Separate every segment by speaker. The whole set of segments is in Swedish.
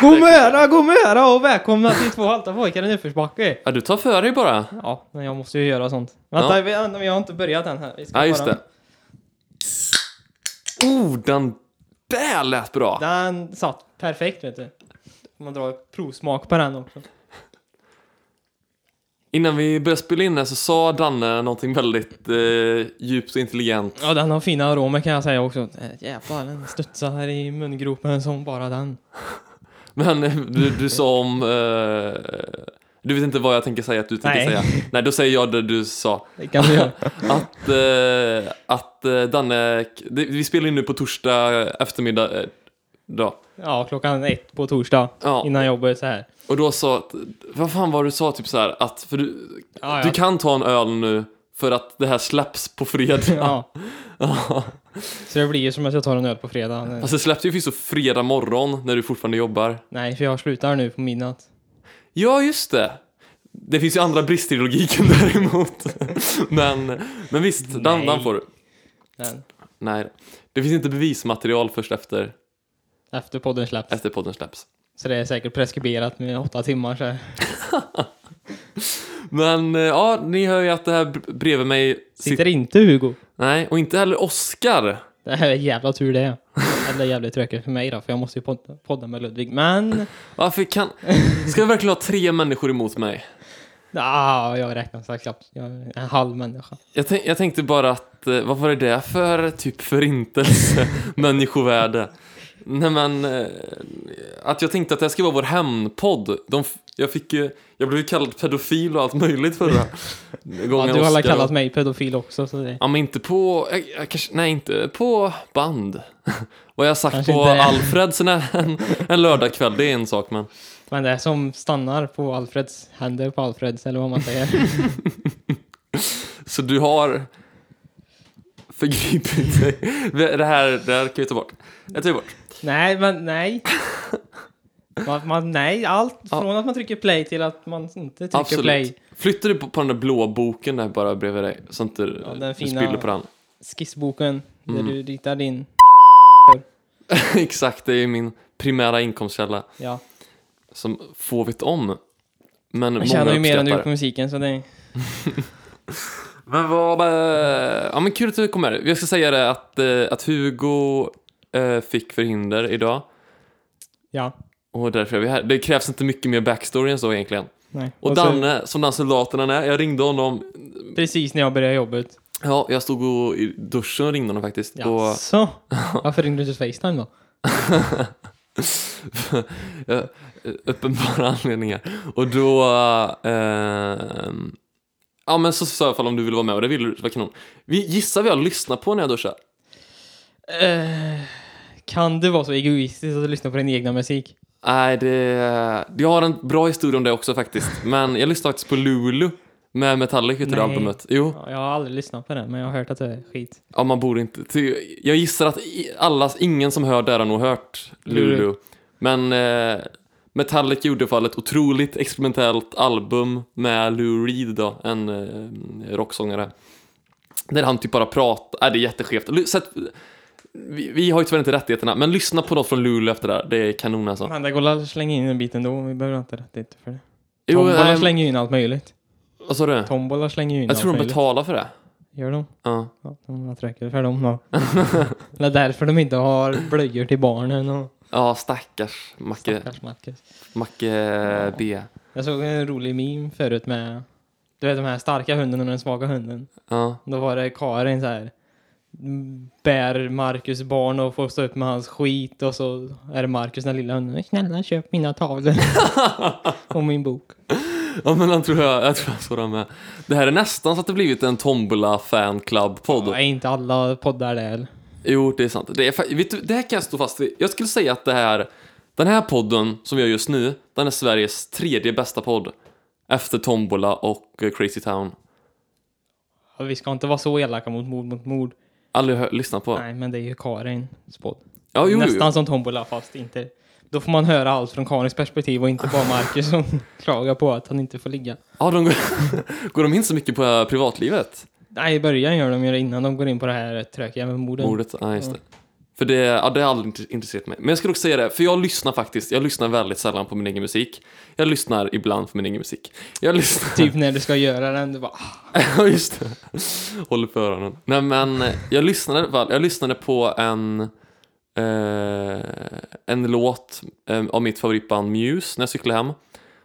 Speaker 1: God möra, god möra och välkomna till två halta pojkar i en utförsbacke.
Speaker 2: Ja, du tar för dig bara.
Speaker 1: Ja, men jag måste ju göra sånt. Vänta,
Speaker 2: Ja.
Speaker 1: vi, vi har inte börjat än här. Vi ska
Speaker 2: Ja, just
Speaker 1: bara-
Speaker 2: det. Oh, den där lät bra!
Speaker 1: Den satt perfekt, vet du. Man drar provsmak på den också.
Speaker 2: Innan vi började spela in här så sa Danne någonting väldigt eh, djupt och intelligent.
Speaker 1: Ja, den har fina aromer kan jag säga också. Eh, Jävlar, den studsar här i mungropen som bara den.
Speaker 2: Men eh, du, du sa om... Eh, du vet inte vad jag tänker säga att du tänker
Speaker 1: Nej.
Speaker 2: säga. Nej, då säger jag det du sa.
Speaker 1: Det kan du göra.
Speaker 2: Att, eh, att eh, Danne... Det, vi spelar in nu på torsdag eftermiddag. Eh, då.
Speaker 1: Ja, klockan ett på torsdag
Speaker 2: Ja,
Speaker 1: innan jobbet så här.
Speaker 2: och då sa... att- Vad fan var det du sa? Typ så här att... För du,
Speaker 1: Ja,
Speaker 2: Du
Speaker 1: ja.
Speaker 2: kan ta en öl nu för att det här släpps på fredag.
Speaker 1: ja. Så det blir ju som att jag tar en öl på fredag.
Speaker 2: Fast det släpps ju förvisso fredag morgon när du fortfarande jobbar.
Speaker 1: Nej, för jag slutar nu på midnatt.
Speaker 2: Ja, just det. Det finns ju andra brister i logiken däremot. men, men visst, den,
Speaker 1: Nej.
Speaker 2: den får du.
Speaker 1: Men
Speaker 2: Nej, det finns inte bevismaterial först efter,
Speaker 1: efter podden släpps.
Speaker 2: efter podden släpps.
Speaker 1: Så det är säkert preskriberat med åtta timmar så här.
Speaker 2: Men eh, ja, ni hör ju att det här br- bredvid mig
Speaker 1: Sitter inte Hugo.
Speaker 2: Nej, och inte heller Oskar.
Speaker 1: Det här är jävla tur det. Eller jävligt tråkigt för mig då, för jag måste ju podda, podda med Ludvig. Men,
Speaker 2: Varför kan... Ska jag verkligen ha tre människor emot mig?
Speaker 1: ah, jag räknar så här knappt. Jag är en halv människa.
Speaker 2: Jag, tänk, jag tänkte bara att, eh, vad var det där för typ förintelse, människovärde? Nej men, eh, att jag tänkte att det här ska vara vår hämndpodd. De, f- jag, fick, ju- jag blev ju kallad pedofil och allt möjligt förra
Speaker 1: Ja,
Speaker 2: gången.
Speaker 1: du har alla
Speaker 2: Oscar-
Speaker 1: kallat mig pedofil också, så det...
Speaker 2: Ja men inte på, jag, jag, kanske, nej inte på band. Vad jag har sagt
Speaker 1: Kanske
Speaker 2: på
Speaker 1: inte.
Speaker 2: Alfreds en, en, en lördagkväll, det är en sak men.
Speaker 1: Men det som stannar på Alfreds händer på Alfreds, eller vad man säger.
Speaker 2: Så du har förgripit dig. Det här, det här kan vi ta bort. Jag tar bort.
Speaker 1: nej, men nej. Man, man, nej, allt
Speaker 2: Ja.
Speaker 1: från att man trycker play till att man inte trycker
Speaker 2: Absolut.
Speaker 1: play.
Speaker 2: Flyttar du på, på den där blå boken där bara bredvid dig? Så inte
Speaker 1: den
Speaker 2: du
Speaker 1: fina-
Speaker 2: spiller på den.
Speaker 1: Skissboken,
Speaker 2: Mm.
Speaker 1: där du ritar din...
Speaker 2: Exakt, det är ju min primära inkomstkälla
Speaker 1: Ja.
Speaker 2: som få vet om.
Speaker 1: Jag
Speaker 2: Men många
Speaker 1: tjänar ju mer än du gjort på
Speaker 2: uppskattar.
Speaker 1: musiken, så det...
Speaker 2: Men vad... eh, Ja men kul att du kom här. Jag ska säga det att, eh, att Hugo eh, fick förhinder idag.
Speaker 1: Ja.
Speaker 2: Och därför är vi här. Det krävs inte mycket mer backstory än så egentligen.
Speaker 1: Nej.
Speaker 2: Och,
Speaker 1: så-
Speaker 2: Danne, som den soldaten han är, jag ringde honom.
Speaker 1: Precis när jag började jobbet.
Speaker 2: Ja, jag stod och i duschen och ringde honom faktiskt. Och,
Speaker 1: Jaså? Varför ringde du inte Facetime då?
Speaker 2: Eh, uppenbara anledningar. Och då... Eh, ja, men så sa jag ifall om du vill vara med och det ville du, så var kanon. Vi gissar vi har lyssnat på när jag duschar.
Speaker 1: Eh, kan det vara så egoistiskt att lyssna på din egna musik?
Speaker 2: Nej, det... Jag har en bra historia om det också faktiskt. Men jag lyssnade faktiskt på Lulu med Metallica utav det
Speaker 1: Nej.
Speaker 2: albumet. Jo,
Speaker 1: Ja, Jag har aldrig lyssnat på den, men jag har hört att det är skit.
Speaker 2: ja, man borde inte... ty- Jag gissar att i- alla, ingen som hör det här har nog hört Lulu.
Speaker 1: Lulu.
Speaker 2: Men... Eh, Metallica gjorde i alla fall ett otroligt experimentellt album med Lou Reed då, en eh, rocksångare. Där han typ bara pratar, äh, det är jätteskevt. Lu- Så att, vi, vi har ju tyvärr inte rättigheterna, men lyssna på något från Luleå efter det här, det är kanon alltså.
Speaker 1: Men det går att slänga in en bit ändå, vi behöver inte rätt lite för det.
Speaker 2: Jo,
Speaker 1: Tombola
Speaker 2: ehm,
Speaker 1: slänger ju in allt möjligt.
Speaker 2: Vad sa du?
Speaker 1: Tombola slänger ju in
Speaker 2: Jag
Speaker 1: allt
Speaker 2: tror de
Speaker 1: möjligt.
Speaker 2: betalar för det.
Speaker 1: Gör de?
Speaker 2: Ja.
Speaker 1: Ja, de har tråkigt för dem då. det är därför de inte har blöjor till barnen och
Speaker 2: ja, stackars Macke,
Speaker 1: stackars Marcus.
Speaker 2: Macke B.
Speaker 1: Jag såg en rolig meme förut med, du vet de här starka hunden och den svaga hunden.
Speaker 2: Ja.
Speaker 1: Då var det Karin så här. Bär Marcus barn och får stå upp med hans skit och så är det Marcus den lilla hunden. Snälla köp mina tavlor. och min bok.
Speaker 2: ja, men han tror jag, jag tror jag såg den med. Det här är nästan så att det blivit en Tombola fanclub-podd.
Speaker 1: Ja, är inte alla poddar där.
Speaker 2: Jo, det är sant. Det, är, fa- vet du, det här kan jag stå fast vid. Jag skulle säga att det här, den här podden som vi gör just nu, den är Sveriges tredje bästa podd. Efter Tombola och eh, Crazy Town.
Speaker 1: Och vi ska inte vara så elaka mot mord mot mord.
Speaker 2: Aldrig hör, lyssnat på.
Speaker 1: Nej, men det är ju Karins podd.
Speaker 2: Ja, jo,
Speaker 1: Nästan
Speaker 2: jo.
Speaker 1: som Tombola fast inte. Då får man höra allt från Karins perspektiv och inte bara Marcus som klagar på att han inte får ligga.
Speaker 2: Ja, de går, går de in så mycket på eh, privatlivet?
Speaker 1: Nej, i början gör de ju det innan de går in på det här tråkiga med morden. Mm.
Speaker 2: Mordet? Nej, just det. För det, ja, det har aldrig int- intresserat mig. Men jag skulle också säga det, för jag lyssnar faktiskt, jag lyssnar väldigt sällan på min egen musik. Jag lyssnar ibland på min egen musik. Jag lyssnar...
Speaker 1: Typ när du ska göra den, du bara... ah,
Speaker 2: Ja, just det. Håller för öronen. Nej, men eh, jag lyssnade, i alla fall- jag lyssnade på en, eh, en låt eh, av mitt favoritband Muse när jag cyklade hem.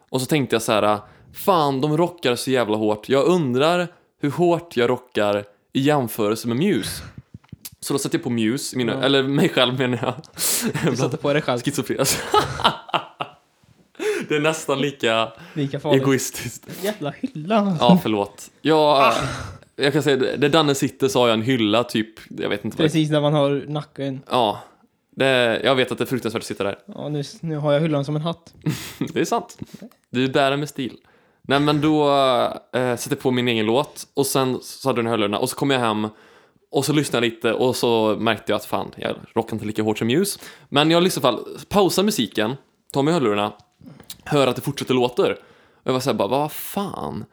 Speaker 2: Och så tänkte jag så här, fan de rockar så jävla hårt. Jag undrar hur hårt jag rockar i jämförelse med Muse. Så då satte jag på Muse, i mina,
Speaker 1: Ja.
Speaker 2: eller mig själv menar jag.
Speaker 1: Du satte på dig själv.
Speaker 2: Schizofren. Det är nästan lika
Speaker 1: Lika farligt.
Speaker 2: egoistiskt.
Speaker 1: Jävla hylla.
Speaker 2: Ja, förlåt. Jag, jag kan säga det, där Danne sitter så har jag en hylla typ, jag vet inte vad
Speaker 1: Precis när man har nacken.
Speaker 2: det Ja, det, jag vet att det är fruktansvärt att sitta där.
Speaker 1: Ja, nu, nu har jag hyllan som en hatt.
Speaker 2: Det är sant. Du bär den med stil. Nej men då eh, satte jag på min egen låt och sen så hade jag den i hörlurarna och så kom jag hem och så lyssnade jag lite och så märkte jag att fan, jag rockar inte lika hårt som Muse. Men jag lyssnade i alla fall, pausar musiken, tar mig i hörlurarna, hör att det fortsätter låter. Och jag var såhär bara, vad fan?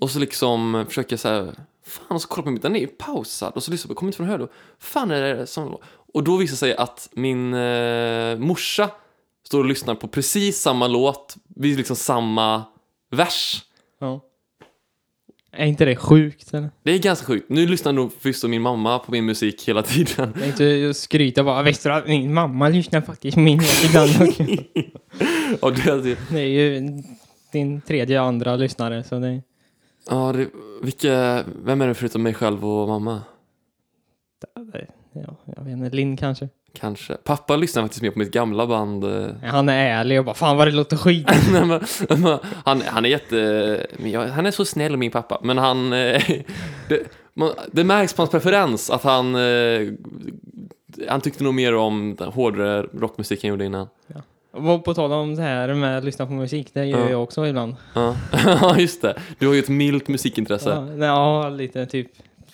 Speaker 2: Och så liksom försöker jag såhär, fan och så kollar jag på mitt, den är ju pausad. Och så lyssnar jag, kommer inte från hörlurar. Fan är det som... Och då visar det sig att min eh, morsa står och lyssnar på precis samma låt vid liksom samma vers.
Speaker 1: Ja. Är inte det sjukt eller?
Speaker 2: Det är ganska sjukt. Nu lyssnar nog förvisso min mamma på min musik hela tiden.
Speaker 1: Det är inte att skryta bara. Visste du att min mamma lyssnar faktiskt på min låt ibland?
Speaker 2: Och det, alltså-
Speaker 1: det är ju din tredje och andra lyssnare så det...
Speaker 2: ja, det, vilka, vem är det förutom mig själv och mamma?
Speaker 1: Ja, jag vet inte. Linn kanske.
Speaker 2: Kanske. Pappa lyssnar faktiskt mer på mitt gamla band. eh.
Speaker 1: Han är ärlig och bara fan vad det låter skit.
Speaker 2: Nej, men- men han, han är jätte... men jag- Han är så snäll min pappa, men han... eh, Det, man- det märks på hans preferens att han... eh, Han tyckte nog mer om den hårdare rockmusik han gjorde innan.
Speaker 1: Och På tal om det här med att lyssna på musik, det gör
Speaker 2: Ja.
Speaker 1: jag också ibland.
Speaker 2: Ja, Ja, just det. Du har ju ett milt musikintresse. Ja.
Speaker 1: Ja, nej, ja, lite typ.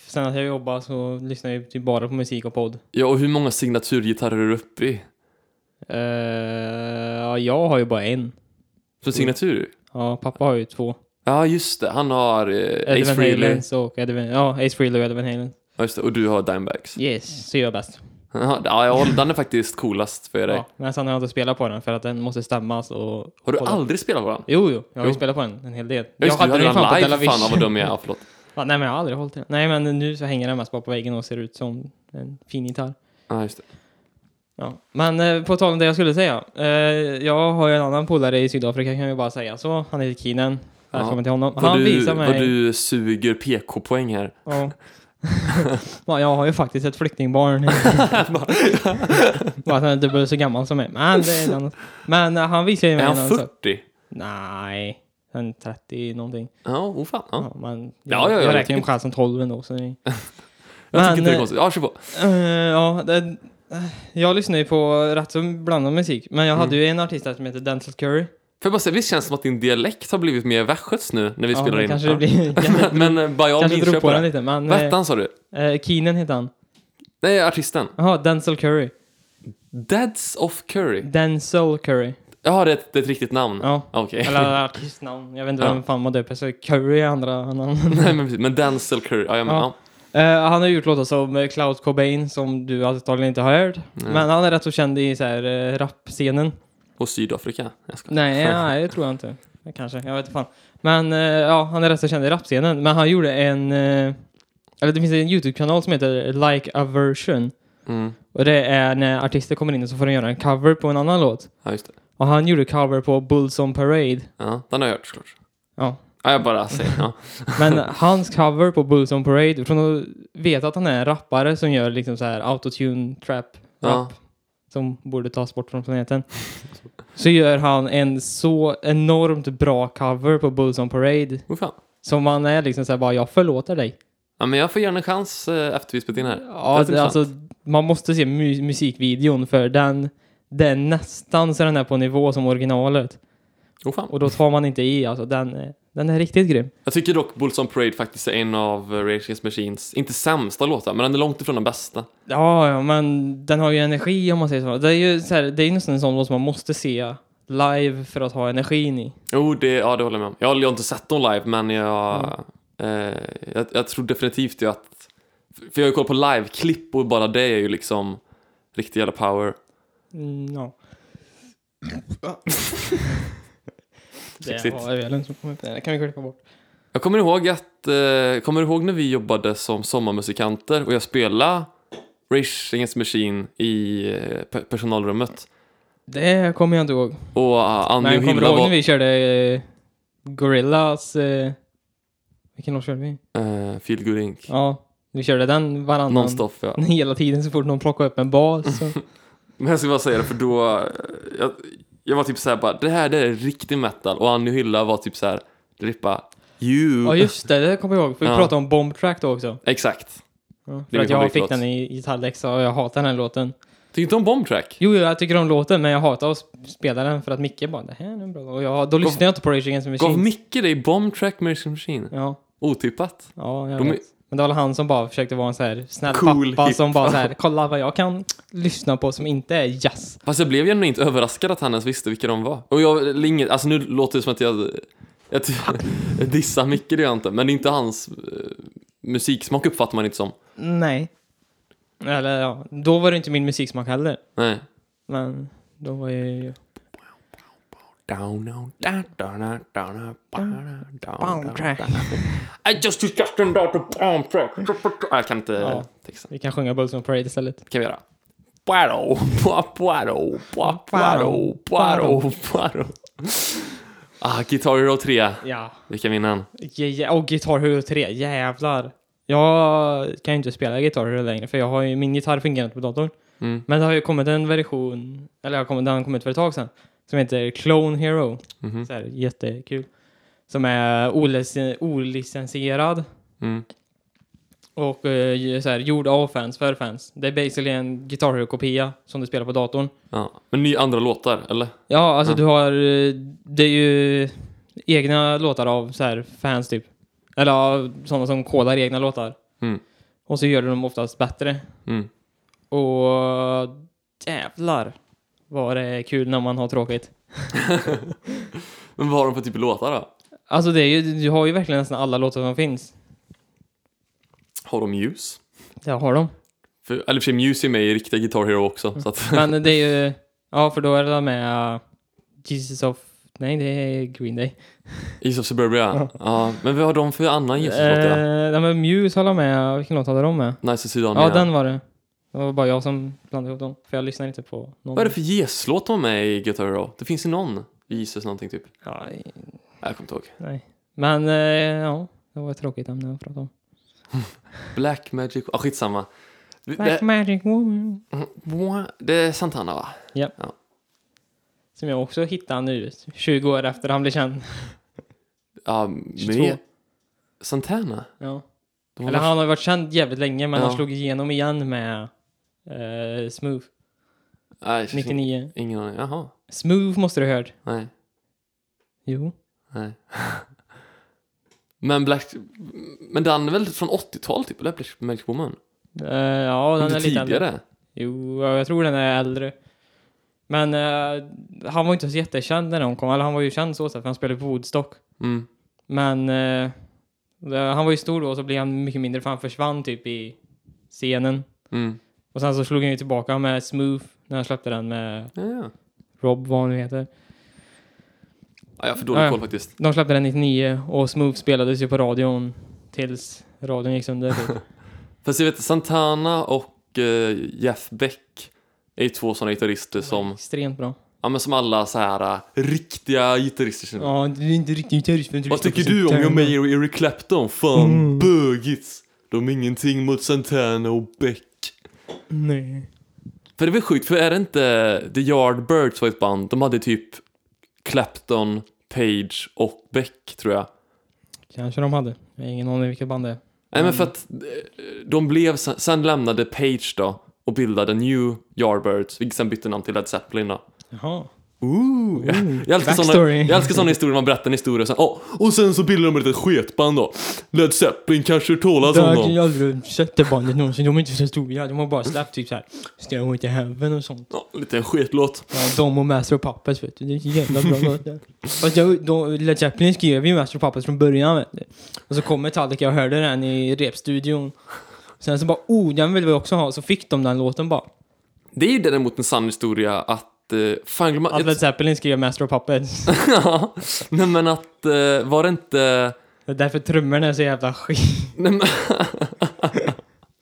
Speaker 1: Sen att jag jobbar så lyssnar jag typ bara på musik och podd.
Speaker 2: och hur många signaturgitarrer är du uppe i?
Speaker 1: Eh, ja, jag har ju bara en. Mm.
Speaker 2: För signatur?
Speaker 1: Ja, pappa har ju två.
Speaker 2: Ja, just det. Han har eh,
Speaker 1: Eddie
Speaker 2: Ace
Speaker 1: Van
Speaker 2: Frehley.
Speaker 1: Halens och Eddie Van, ja, Ace Frehley och Eddie Van Halen.
Speaker 2: Ja, just det. Och du har Dimebags.
Speaker 1: Yes, så gör jag bäst.
Speaker 2: Ja, jag håller- den är faktiskt coolast för dig.
Speaker 1: Ja, men sen har jag inte spelat på den för att den måste stämmas och...
Speaker 2: Har du
Speaker 1: kolla.
Speaker 2: aldrig spelat på den?
Speaker 1: Jo, jo, jag har ju
Speaker 2: Jo.
Speaker 1: spelat på den en hel del.
Speaker 2: Ja, just det. Du hade
Speaker 1: ju
Speaker 2: den
Speaker 1: fan på
Speaker 2: live.
Speaker 1: Television.
Speaker 2: Fan, vad dum jag är. Ja, förlåt.
Speaker 1: Ja, nej, men jag har aldrig hållit den. Nej, men nu så hänger den mest bara på väggen och ser ut som en fin gitarr.
Speaker 2: Ja, just det.
Speaker 1: Ja. Men eh, på tal om det jag skulle säga. Eh, jag har ju en annan polare i Sydafrika kan vi bara säga så. Han heter Keenan.
Speaker 2: Ja.
Speaker 1: Välkommen till honom.
Speaker 2: Vad
Speaker 1: Han
Speaker 2: du,
Speaker 1: visar mig...
Speaker 2: vad du suger PK-poäng här.
Speaker 1: Ja. ja, jag har ju faktiskt ett flyktingbarn. Bara att han är dubbelt så gammal som mig. Men, det är en annan- men eh, han visar ju mig
Speaker 2: Är
Speaker 1: en
Speaker 2: han
Speaker 1: annan sak.
Speaker 2: 40?
Speaker 1: Nej, han är 30 någonting.
Speaker 2: Ja, oh, fan. Ja.
Speaker 1: Ja, men
Speaker 2: Ja, ja, ja,
Speaker 1: jag
Speaker 2: det
Speaker 1: räknar ju
Speaker 2: tycker-
Speaker 1: mig själv som 12 ändå. Så det... är-
Speaker 2: Jag tycker
Speaker 1: Men,
Speaker 2: inte det är
Speaker 1: eh,
Speaker 2: konstigt. Ja, kör på.
Speaker 1: Eh, ja, det, eh, jag lyssnar ju på rätt så blandad musik. Men jag
Speaker 2: Mm.
Speaker 1: hade ju en artist där som heter Dental Curry.
Speaker 2: Får jag bara säga, visst känns det som att din dialekt har blivit mer västgötsk nu när vi
Speaker 1: Ja,
Speaker 2: spelar
Speaker 1: det
Speaker 2: in?
Speaker 1: kanske
Speaker 2: Ja.
Speaker 1: det blir.
Speaker 2: men men eh, by all
Speaker 1: kanske
Speaker 2: means, kör
Speaker 1: drog
Speaker 2: på
Speaker 1: på den
Speaker 2: det.
Speaker 1: lite. Men
Speaker 2: Vad hette
Speaker 1: eh,
Speaker 2: han sa du?
Speaker 1: eh, Keenan heter han.
Speaker 2: Nej, artisten.
Speaker 1: Jaha, Denzel Curry.
Speaker 2: Dads of Curry.
Speaker 1: Denzel Curry.
Speaker 2: Jaha, det, är ett- det är ett riktigt namn?
Speaker 1: Mm. Ja.
Speaker 2: Okej.
Speaker 1: Eller artistnamn. Jag vet inte
Speaker 2: Ja.
Speaker 1: vem fan man döper sig. Curry är andra namn.
Speaker 2: Nej, men, precis. men Denzel Curry. Ja, ja, men, ja.
Speaker 1: Ja. Eh, han har gjort låtar som eh, Cloud Cobain som du antagligen inte har hört. Men han är rätt så känd i så här, eh, rapscenen.
Speaker 2: Och Sydafrika. Jag skojar.
Speaker 1: Nej, nej, det tror jag inte. Kanske, jag vet inte fan. Men eh, ja, han är rätt så känd i rapscenen. Men han gjorde en... eh, eller det finns en YouTube-kanal som heter Like a version.
Speaker 2: Mm.
Speaker 1: Och det är när artister kommer in och så får de göra en cover på en annan låt.
Speaker 2: Ja, just det.
Speaker 1: Och han gjorde cover på Bulls on Parade.
Speaker 2: Ja, den har jag hört såklart.
Speaker 1: Ja.
Speaker 2: Ja, jag bara säger. Ja.
Speaker 1: Men hans cover på Bulls on Parade, från att veta att han är en rappare som gör liksom så här autotune trap
Speaker 2: Ja.
Speaker 1: rap som borde tas bort från planeten. Så gör han en så enormt bra cover på Bulls on Parade
Speaker 2: Oh, fan.
Speaker 1: som man är liksom så här bara jag förlåter dig.
Speaker 2: ja, men jag får gärna en chans eh, efter vi spelat in här.
Speaker 1: Ja,
Speaker 2: Det är
Speaker 1: det, alltså, man måste se mu- musikvideon för den, den nästan så den är på nivå som originalet.
Speaker 2: Oh, fan.
Speaker 1: Och då tar man inte i alltså. Den, är- den är riktigt grym.
Speaker 2: Jag tycker dock Bulls on Parade faktiskt är en av eh, Rage Against Machines, inte sämsta låtar, men den är långt ifrån den bästa.
Speaker 1: Ja, ja, men den har ju energi om man säger så. Det är ju så här, det är ju nästan en sån låt som man måste se live för att ha energin i.
Speaker 2: Jo, det, ja, det håller jag med om. Jag har, jag har inte sett dem live, men jag, eh, jag, jag tror definitivt ju att... För jag har ju kollat på live-klipp och bara det är ju liksom... Riktig jävla power.
Speaker 1: Mm, ja. det
Speaker 2: Sexigt.
Speaker 1: var Ellen som kom upp där. Det kan vi klippa bort.
Speaker 2: Jag kommer ihåg att, eh, kommer du ihåg när vi jobbade som sommarmusikanter och jag spelade Rage Against the Machine i eh, pe- personalrummet?
Speaker 1: Det kommer jag inte ihåg.
Speaker 2: Och uh, Annie
Speaker 1: Men
Speaker 2: och
Speaker 1: kommer du
Speaker 2: Hilda
Speaker 1: ihåg när
Speaker 2: var...
Speaker 1: vi körde eh, Gorillas... Eh, vilken låt körde vi?
Speaker 2: eh, Feel Good Inc.
Speaker 1: Ja, vi körde den varannan...
Speaker 2: Nonstop ja.
Speaker 1: Hela tiden så fort någon plockade upp en bas. Så.
Speaker 2: Men jag ska bara säga det för då, eh, jag, jag var typ såhär bara, det här det är riktig metal och Annie och Hilda var typ såhär, drippa, you.
Speaker 1: ja, just det. Det kommer jag ihåg. För vi
Speaker 2: Ja.
Speaker 1: pratade om Bomb Track då också.
Speaker 2: Exakt.
Speaker 1: Ja, för
Speaker 2: min
Speaker 1: att jag fick
Speaker 2: favoritlåt.
Speaker 1: den i gitarrläxa och jag hatar den här låten.
Speaker 2: Tyckte inte om Bomb Track?
Speaker 1: Jo, jo, jag tycker om låten, men jag hatar att sp- spela den för att Micke bara, det här är en bra låt. Och jag, då lyssnar jag inte på Rage Against the
Speaker 2: Gav
Speaker 1: Machine.
Speaker 2: Micke dig Bomb Track med Rage Against the Machine?
Speaker 1: Ja,
Speaker 2: Otippat.
Speaker 1: ja, jag
Speaker 2: De är-
Speaker 1: vet. Men det var väl han som bara försökte vara en så här snäll
Speaker 2: Cool,
Speaker 1: pappa
Speaker 2: hip.
Speaker 1: som bara så här, kolla vad jag kan lyssna på som inte är jazz.
Speaker 2: Fast jag blev genuint överraskad att han ens visste vilka de var. Och jag, eller inget, alltså nu låter det som att jag, jag ty- dissar Micke, det gör jag inte. Men det är inte hans eh, musiksmak uppfattar man inte som.
Speaker 1: Nej. Eller ja, då var det inte min musiksmak heller.
Speaker 2: Nej.
Speaker 1: Men då var jag ju...
Speaker 2: Down, down, down, down, down, down, down, down,
Speaker 1: Bomb
Speaker 2: down.
Speaker 1: track.
Speaker 2: I just discussed about the bomb track. Jag kan inte
Speaker 1: Ja.
Speaker 2: texten.
Speaker 1: Vi kan sjunga Bulls on Parade istället.
Speaker 2: kan vi göra. Poirot, po- poirot, po- poirot, poirot, poirot. Ah, Guitar Hero 3.
Speaker 1: Ja.
Speaker 2: Vilken vinnare.
Speaker 1: Ja, ja, och Guitar Hero 3, jävlar. Jag kan ju inte spela Guitar Hero längre för jag har ju, min gitarr fungerar inte på datorn.
Speaker 2: Mm.
Speaker 1: Men det har ju kommit en version, eller har kommit, den har kommit för ett tag sedan, som heter Clone Hero.
Speaker 2: Mhm.
Speaker 1: Så här, jättekul. Som är olici- olicensierad
Speaker 2: Mm.
Speaker 1: och eh, ju- så här, gjord av fans, för fans. Det är basically en Guitar Hero-kopia som du spelar på datorn.
Speaker 2: Ja. Men ny andra låtar, eller?
Speaker 1: Ja, alltså
Speaker 2: Ja.
Speaker 1: du har... eh, Det är ju egna låtar av så här fans typ. Eller av sådana som kodar egna låtar.
Speaker 2: Mm.
Speaker 1: Och så gör du dem oftast bättre.
Speaker 2: Mm.
Speaker 1: Och jävlar vad det är kul när man har tråkigt.
Speaker 2: Men vad har de för typ av låtar då?
Speaker 1: Alltså det är ju, du har ju verkligen nästan alla låtar som finns.
Speaker 2: Har de Muse?
Speaker 1: Det har de.
Speaker 2: För, eller i och för sig, Muse är med i riktiga Guitar Hero också. Så att,
Speaker 1: Men det är ju... Ja, för då är det med eh, Jesus of... Nej, det är Green Day.
Speaker 2: East of Suburbia. Ja. Men vad har de för annan Jesus-låt?
Speaker 1: Eh,
Speaker 2: ja?
Speaker 1: nej, men Muse håller med. Vilken låt hade de med?
Speaker 2: Nice och Sydania.
Speaker 1: Ja, den var det. Det var bara jag som blandade ihop dem. För jag lyssnar inte på någon.
Speaker 2: Vad är det för Jesus-låt de har med i Guitar Hero? Det finns ju någon. Jesus någonting typ.
Speaker 1: Ja, i-
Speaker 2: Jag kommer inte ihåg.
Speaker 1: nej. Men eh, ja, det var ett tråkigt ämne att prata om.
Speaker 2: Black Magic... Ah, skitsamma.
Speaker 1: Black
Speaker 2: Det,
Speaker 1: Magic Woman.
Speaker 2: det är Santana va?
Speaker 1: Som jag också hittade nu, 20 år efter han blev känd.
Speaker 2: Ja, men
Speaker 1: 22.
Speaker 2: Santana?
Speaker 1: Ja.
Speaker 2: De
Speaker 1: Eller
Speaker 2: var-
Speaker 1: han har varit känd jävligt länge, men
Speaker 2: Ja.
Speaker 1: han slog igenom igen med eh, Smooth,
Speaker 2: Nej, shit,
Speaker 1: 99.
Speaker 2: Ingen aning. Jaha.
Speaker 1: Smooth måste du ha hört.
Speaker 2: Nej.
Speaker 1: Jo.
Speaker 2: Nej. men Black... Men den är väl från 80-talet typ? Eller Black Magic Woman?
Speaker 1: Eh, ja, den
Speaker 2: Inte
Speaker 1: är lite äldre.
Speaker 2: tidigare?
Speaker 1: Jo, ja, jag tror den är äldre. Men eh, han var inte så jättekänd när han kom. Eller han var ju känd så, sätt, för han spelade på Woodstock.
Speaker 2: Mm.
Speaker 1: Men eh, det- han var ju stor då och så blev han mycket mindre för han försvann typ i scenen.
Speaker 2: Mm.
Speaker 1: Och sen så slog han ju tillbaka med Smooth när han släppte den med
Speaker 2: Ja, ja.
Speaker 1: Rob, vad han nu heter.
Speaker 2: ja, jag har för dålig
Speaker 1: Ja, ja.
Speaker 2: koll faktiskt.
Speaker 1: De släppte den 99 och Smooth spelades ju på radion tills radion gick sönder. Typ.
Speaker 2: Fast jag vet, Santana och eh, Jeff Beck är ju två sådana gitarrister som,
Speaker 1: Extremt bra.
Speaker 2: ja, men som alla så här eh, riktiga gitarrister känner.
Speaker 1: Ja, du är inte riktigt gitarrist men typ du
Speaker 2: Vad
Speaker 1: lyssnar
Speaker 2: tycker
Speaker 1: på
Speaker 2: du om
Speaker 1: gitarr.
Speaker 2: John Mayer och Eric Clapton? Fan,
Speaker 1: Mm.
Speaker 2: bögigt. De är ingenting mot Santana och Beck.
Speaker 1: Nej.
Speaker 2: För det var sjukt, för är det inte The Yardbirds var ett band? De hade typ Clapton, Page och Beck, tror jag.
Speaker 1: Kanske de hade. Jag har ingen aning vilket band det är.
Speaker 2: Nej, men för att eh, de blev... Sen sen lämnade Page då och bildade New Yardbirds, vilket sen bytte namn till Led Zeppelin då.
Speaker 1: Jaha.
Speaker 2: Ooh, jag, jag älskar såna,
Speaker 1: Backstory.
Speaker 2: jag älskar såna historier, man berättar en historia och sen, oh, och sen så bildade de ett litet sketband då. Led Zeppelin kanske tålas
Speaker 1: Jag har
Speaker 2: om dem.
Speaker 1: ju aldrig sett det bandet någonsin. De är inte så stora. De har bara släppt typ såhär Stairway to Heaven och sånt.
Speaker 2: Ja, lite en skitlåt.
Speaker 1: Ja, de och Master of Puppets vet du. Det är så jävla bra låtar. Fast jag, de, Led Zeppelin skrev ju Master of Puppets från början vet du. Och så kom Metallica och hörde den i repstudion. Sen så bara oh, den vill vi också ha. Så fick de den låten bara.
Speaker 2: Det är ju däremot en sann historia att... Eh, fan, glömma...
Speaker 1: Att Led Zeppelin skrev Master of Puppets.
Speaker 2: ja, nej men att... Eh, var det inte...
Speaker 1: Det är därför trummorna är så jävla skit.
Speaker 2: Nej, men...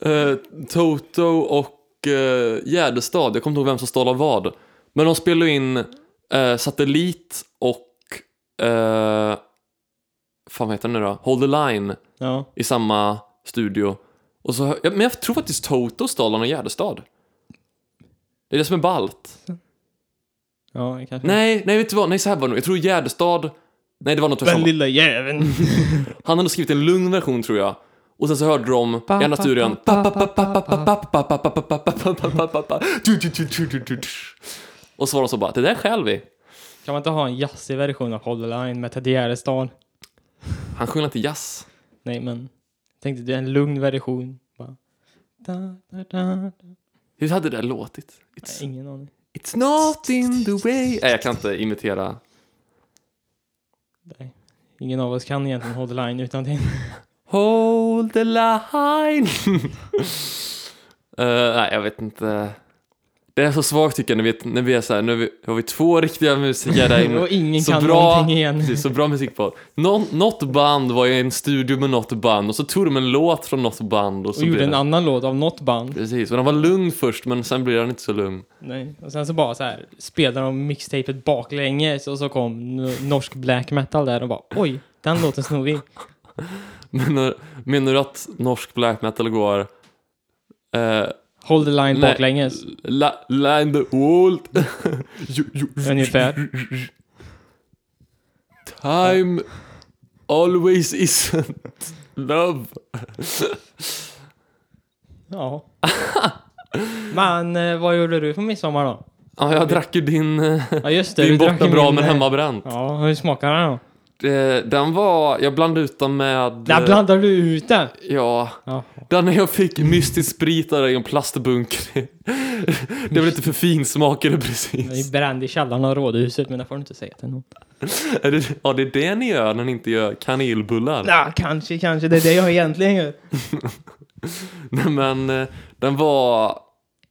Speaker 2: Eh, Toto och eh, Gärdestad, jag kommer inte ihåg vem som stal av vad. Men de spelade in eh, Satellit och... Eh, fan vad heter den nu då? Hold the Line
Speaker 1: Ja.
Speaker 2: i samma studio. Och så, hö- ja, men jag tror faktiskt Toto stal av någon Gärdestad. Det är det som är ballt.
Speaker 1: Ja, det kanske.
Speaker 2: Nej, nej vet du vad? Nej, så här var det nog. Jag tror Gärdestad... Nej, det var något med
Speaker 1: Den
Speaker 2: samma.
Speaker 1: lilla jäveln.
Speaker 2: Han hade skrivit en lugn version tror jag. Och sen så hörde de i andra studion... Och så var de så bara, det där stjäl vi.
Speaker 1: Kan man inte ha en jazzig version av Hold the Line med Ted Gärdestad?
Speaker 2: Han sjöng inte jazz.
Speaker 1: Nej, men jag tänkte det är en lugn version. Bara. Da, da, da, da.
Speaker 2: Hur hade det där låtit?
Speaker 1: Nej,
Speaker 2: It's,
Speaker 1: ingen aning.
Speaker 2: it's not in the way... Nej, jag kan inte imitera.
Speaker 1: Nej. Ingen av oss kan egentligen Hold the Line utan det.
Speaker 2: Hold the line. Eh, nej, jag vet inte. Det är så svagt tycker jag när vi, när vi är så här, nu har vi, har vi två riktiga musiker där inne.
Speaker 1: Och ingen
Speaker 2: så
Speaker 1: kan
Speaker 2: bra.
Speaker 1: någonting igen.
Speaker 2: Precis, så bra musikpodd. Någon, något band var i en studio med något band och så tog de en låt från något band och så
Speaker 1: Och gjorde
Speaker 2: blev
Speaker 1: en
Speaker 2: det...
Speaker 1: annan låt av något band.
Speaker 2: Precis, och den var lugn först men sen blev den inte så lugn.
Speaker 1: Nej. Och sen så bara så här spelade de mixtapet baklänges och så kom n- norsk black metal där och bara oj, den låten snor vi.
Speaker 2: Menar, eh, menar du att norsk black metal går... eh,
Speaker 1: Hold the line
Speaker 2: Nej.
Speaker 1: baklänges.
Speaker 2: la, line the world... You- you-
Speaker 1: Ungefär.
Speaker 2: Time always isn't love.
Speaker 1: Ja. Men eh, vad gjorde du på midsommar då?
Speaker 2: Ja, jag drack ju din, eh,
Speaker 1: Ja just det,
Speaker 2: din
Speaker 1: du drack
Speaker 2: borta
Speaker 1: ju
Speaker 2: bra
Speaker 1: min,
Speaker 2: men
Speaker 1: eh,
Speaker 2: hemmabränd.
Speaker 1: Ja, hur smakar den då?
Speaker 2: Eh, Den var, jag blandade ut den med... eh,
Speaker 1: Där blandar du ut den!
Speaker 2: Ja,
Speaker 1: Ja.
Speaker 2: den jag fick mystisk sprit där i en plastbunk. Det var lite för finsmakare
Speaker 1: Jag är
Speaker 2: precis.
Speaker 1: bränd i källaren av rådhuset men det får du inte säga till någon.
Speaker 2: Är det, ja, det är det ni gör när ni inte gör kanelbullar.
Speaker 1: Ja, kanske, kanske. Det är det jag egentligen gör.
Speaker 2: Nej men eh, den var...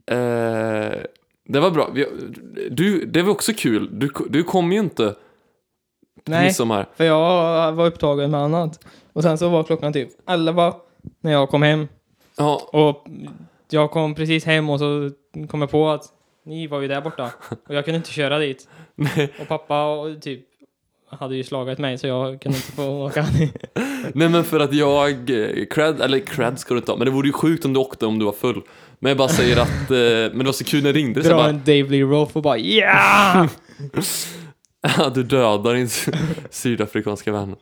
Speaker 2: Eh, det var bra. Vi- Du, det var också kul. Du, du kom ju inte på
Speaker 1: Nej,
Speaker 2: midsommar.
Speaker 1: för jag var upptagen med annat. Och sen så var klockan typ 11 när jag kom hem.
Speaker 2: Ja,
Speaker 1: Och jag kom precis hem och så kom jag på att ni var ju där borta. Och jag kunde inte köra dit.
Speaker 2: nej,
Speaker 1: Och pappa och typ hade ju slagit mig så jag kunde inte få åka.
Speaker 2: nej men för att jag... eh, Cred, eller cred ska du inte ha, men det vore ju sjukt om du åkte om du var full. Men jag bara säger att... Eh, men det var så kul när jag ringde. Så jag
Speaker 1: Dra
Speaker 2: bara,
Speaker 1: en Dave Lee Roth och bara ja!
Speaker 2: Ja, du dödar din sy- sydafrikanska vän.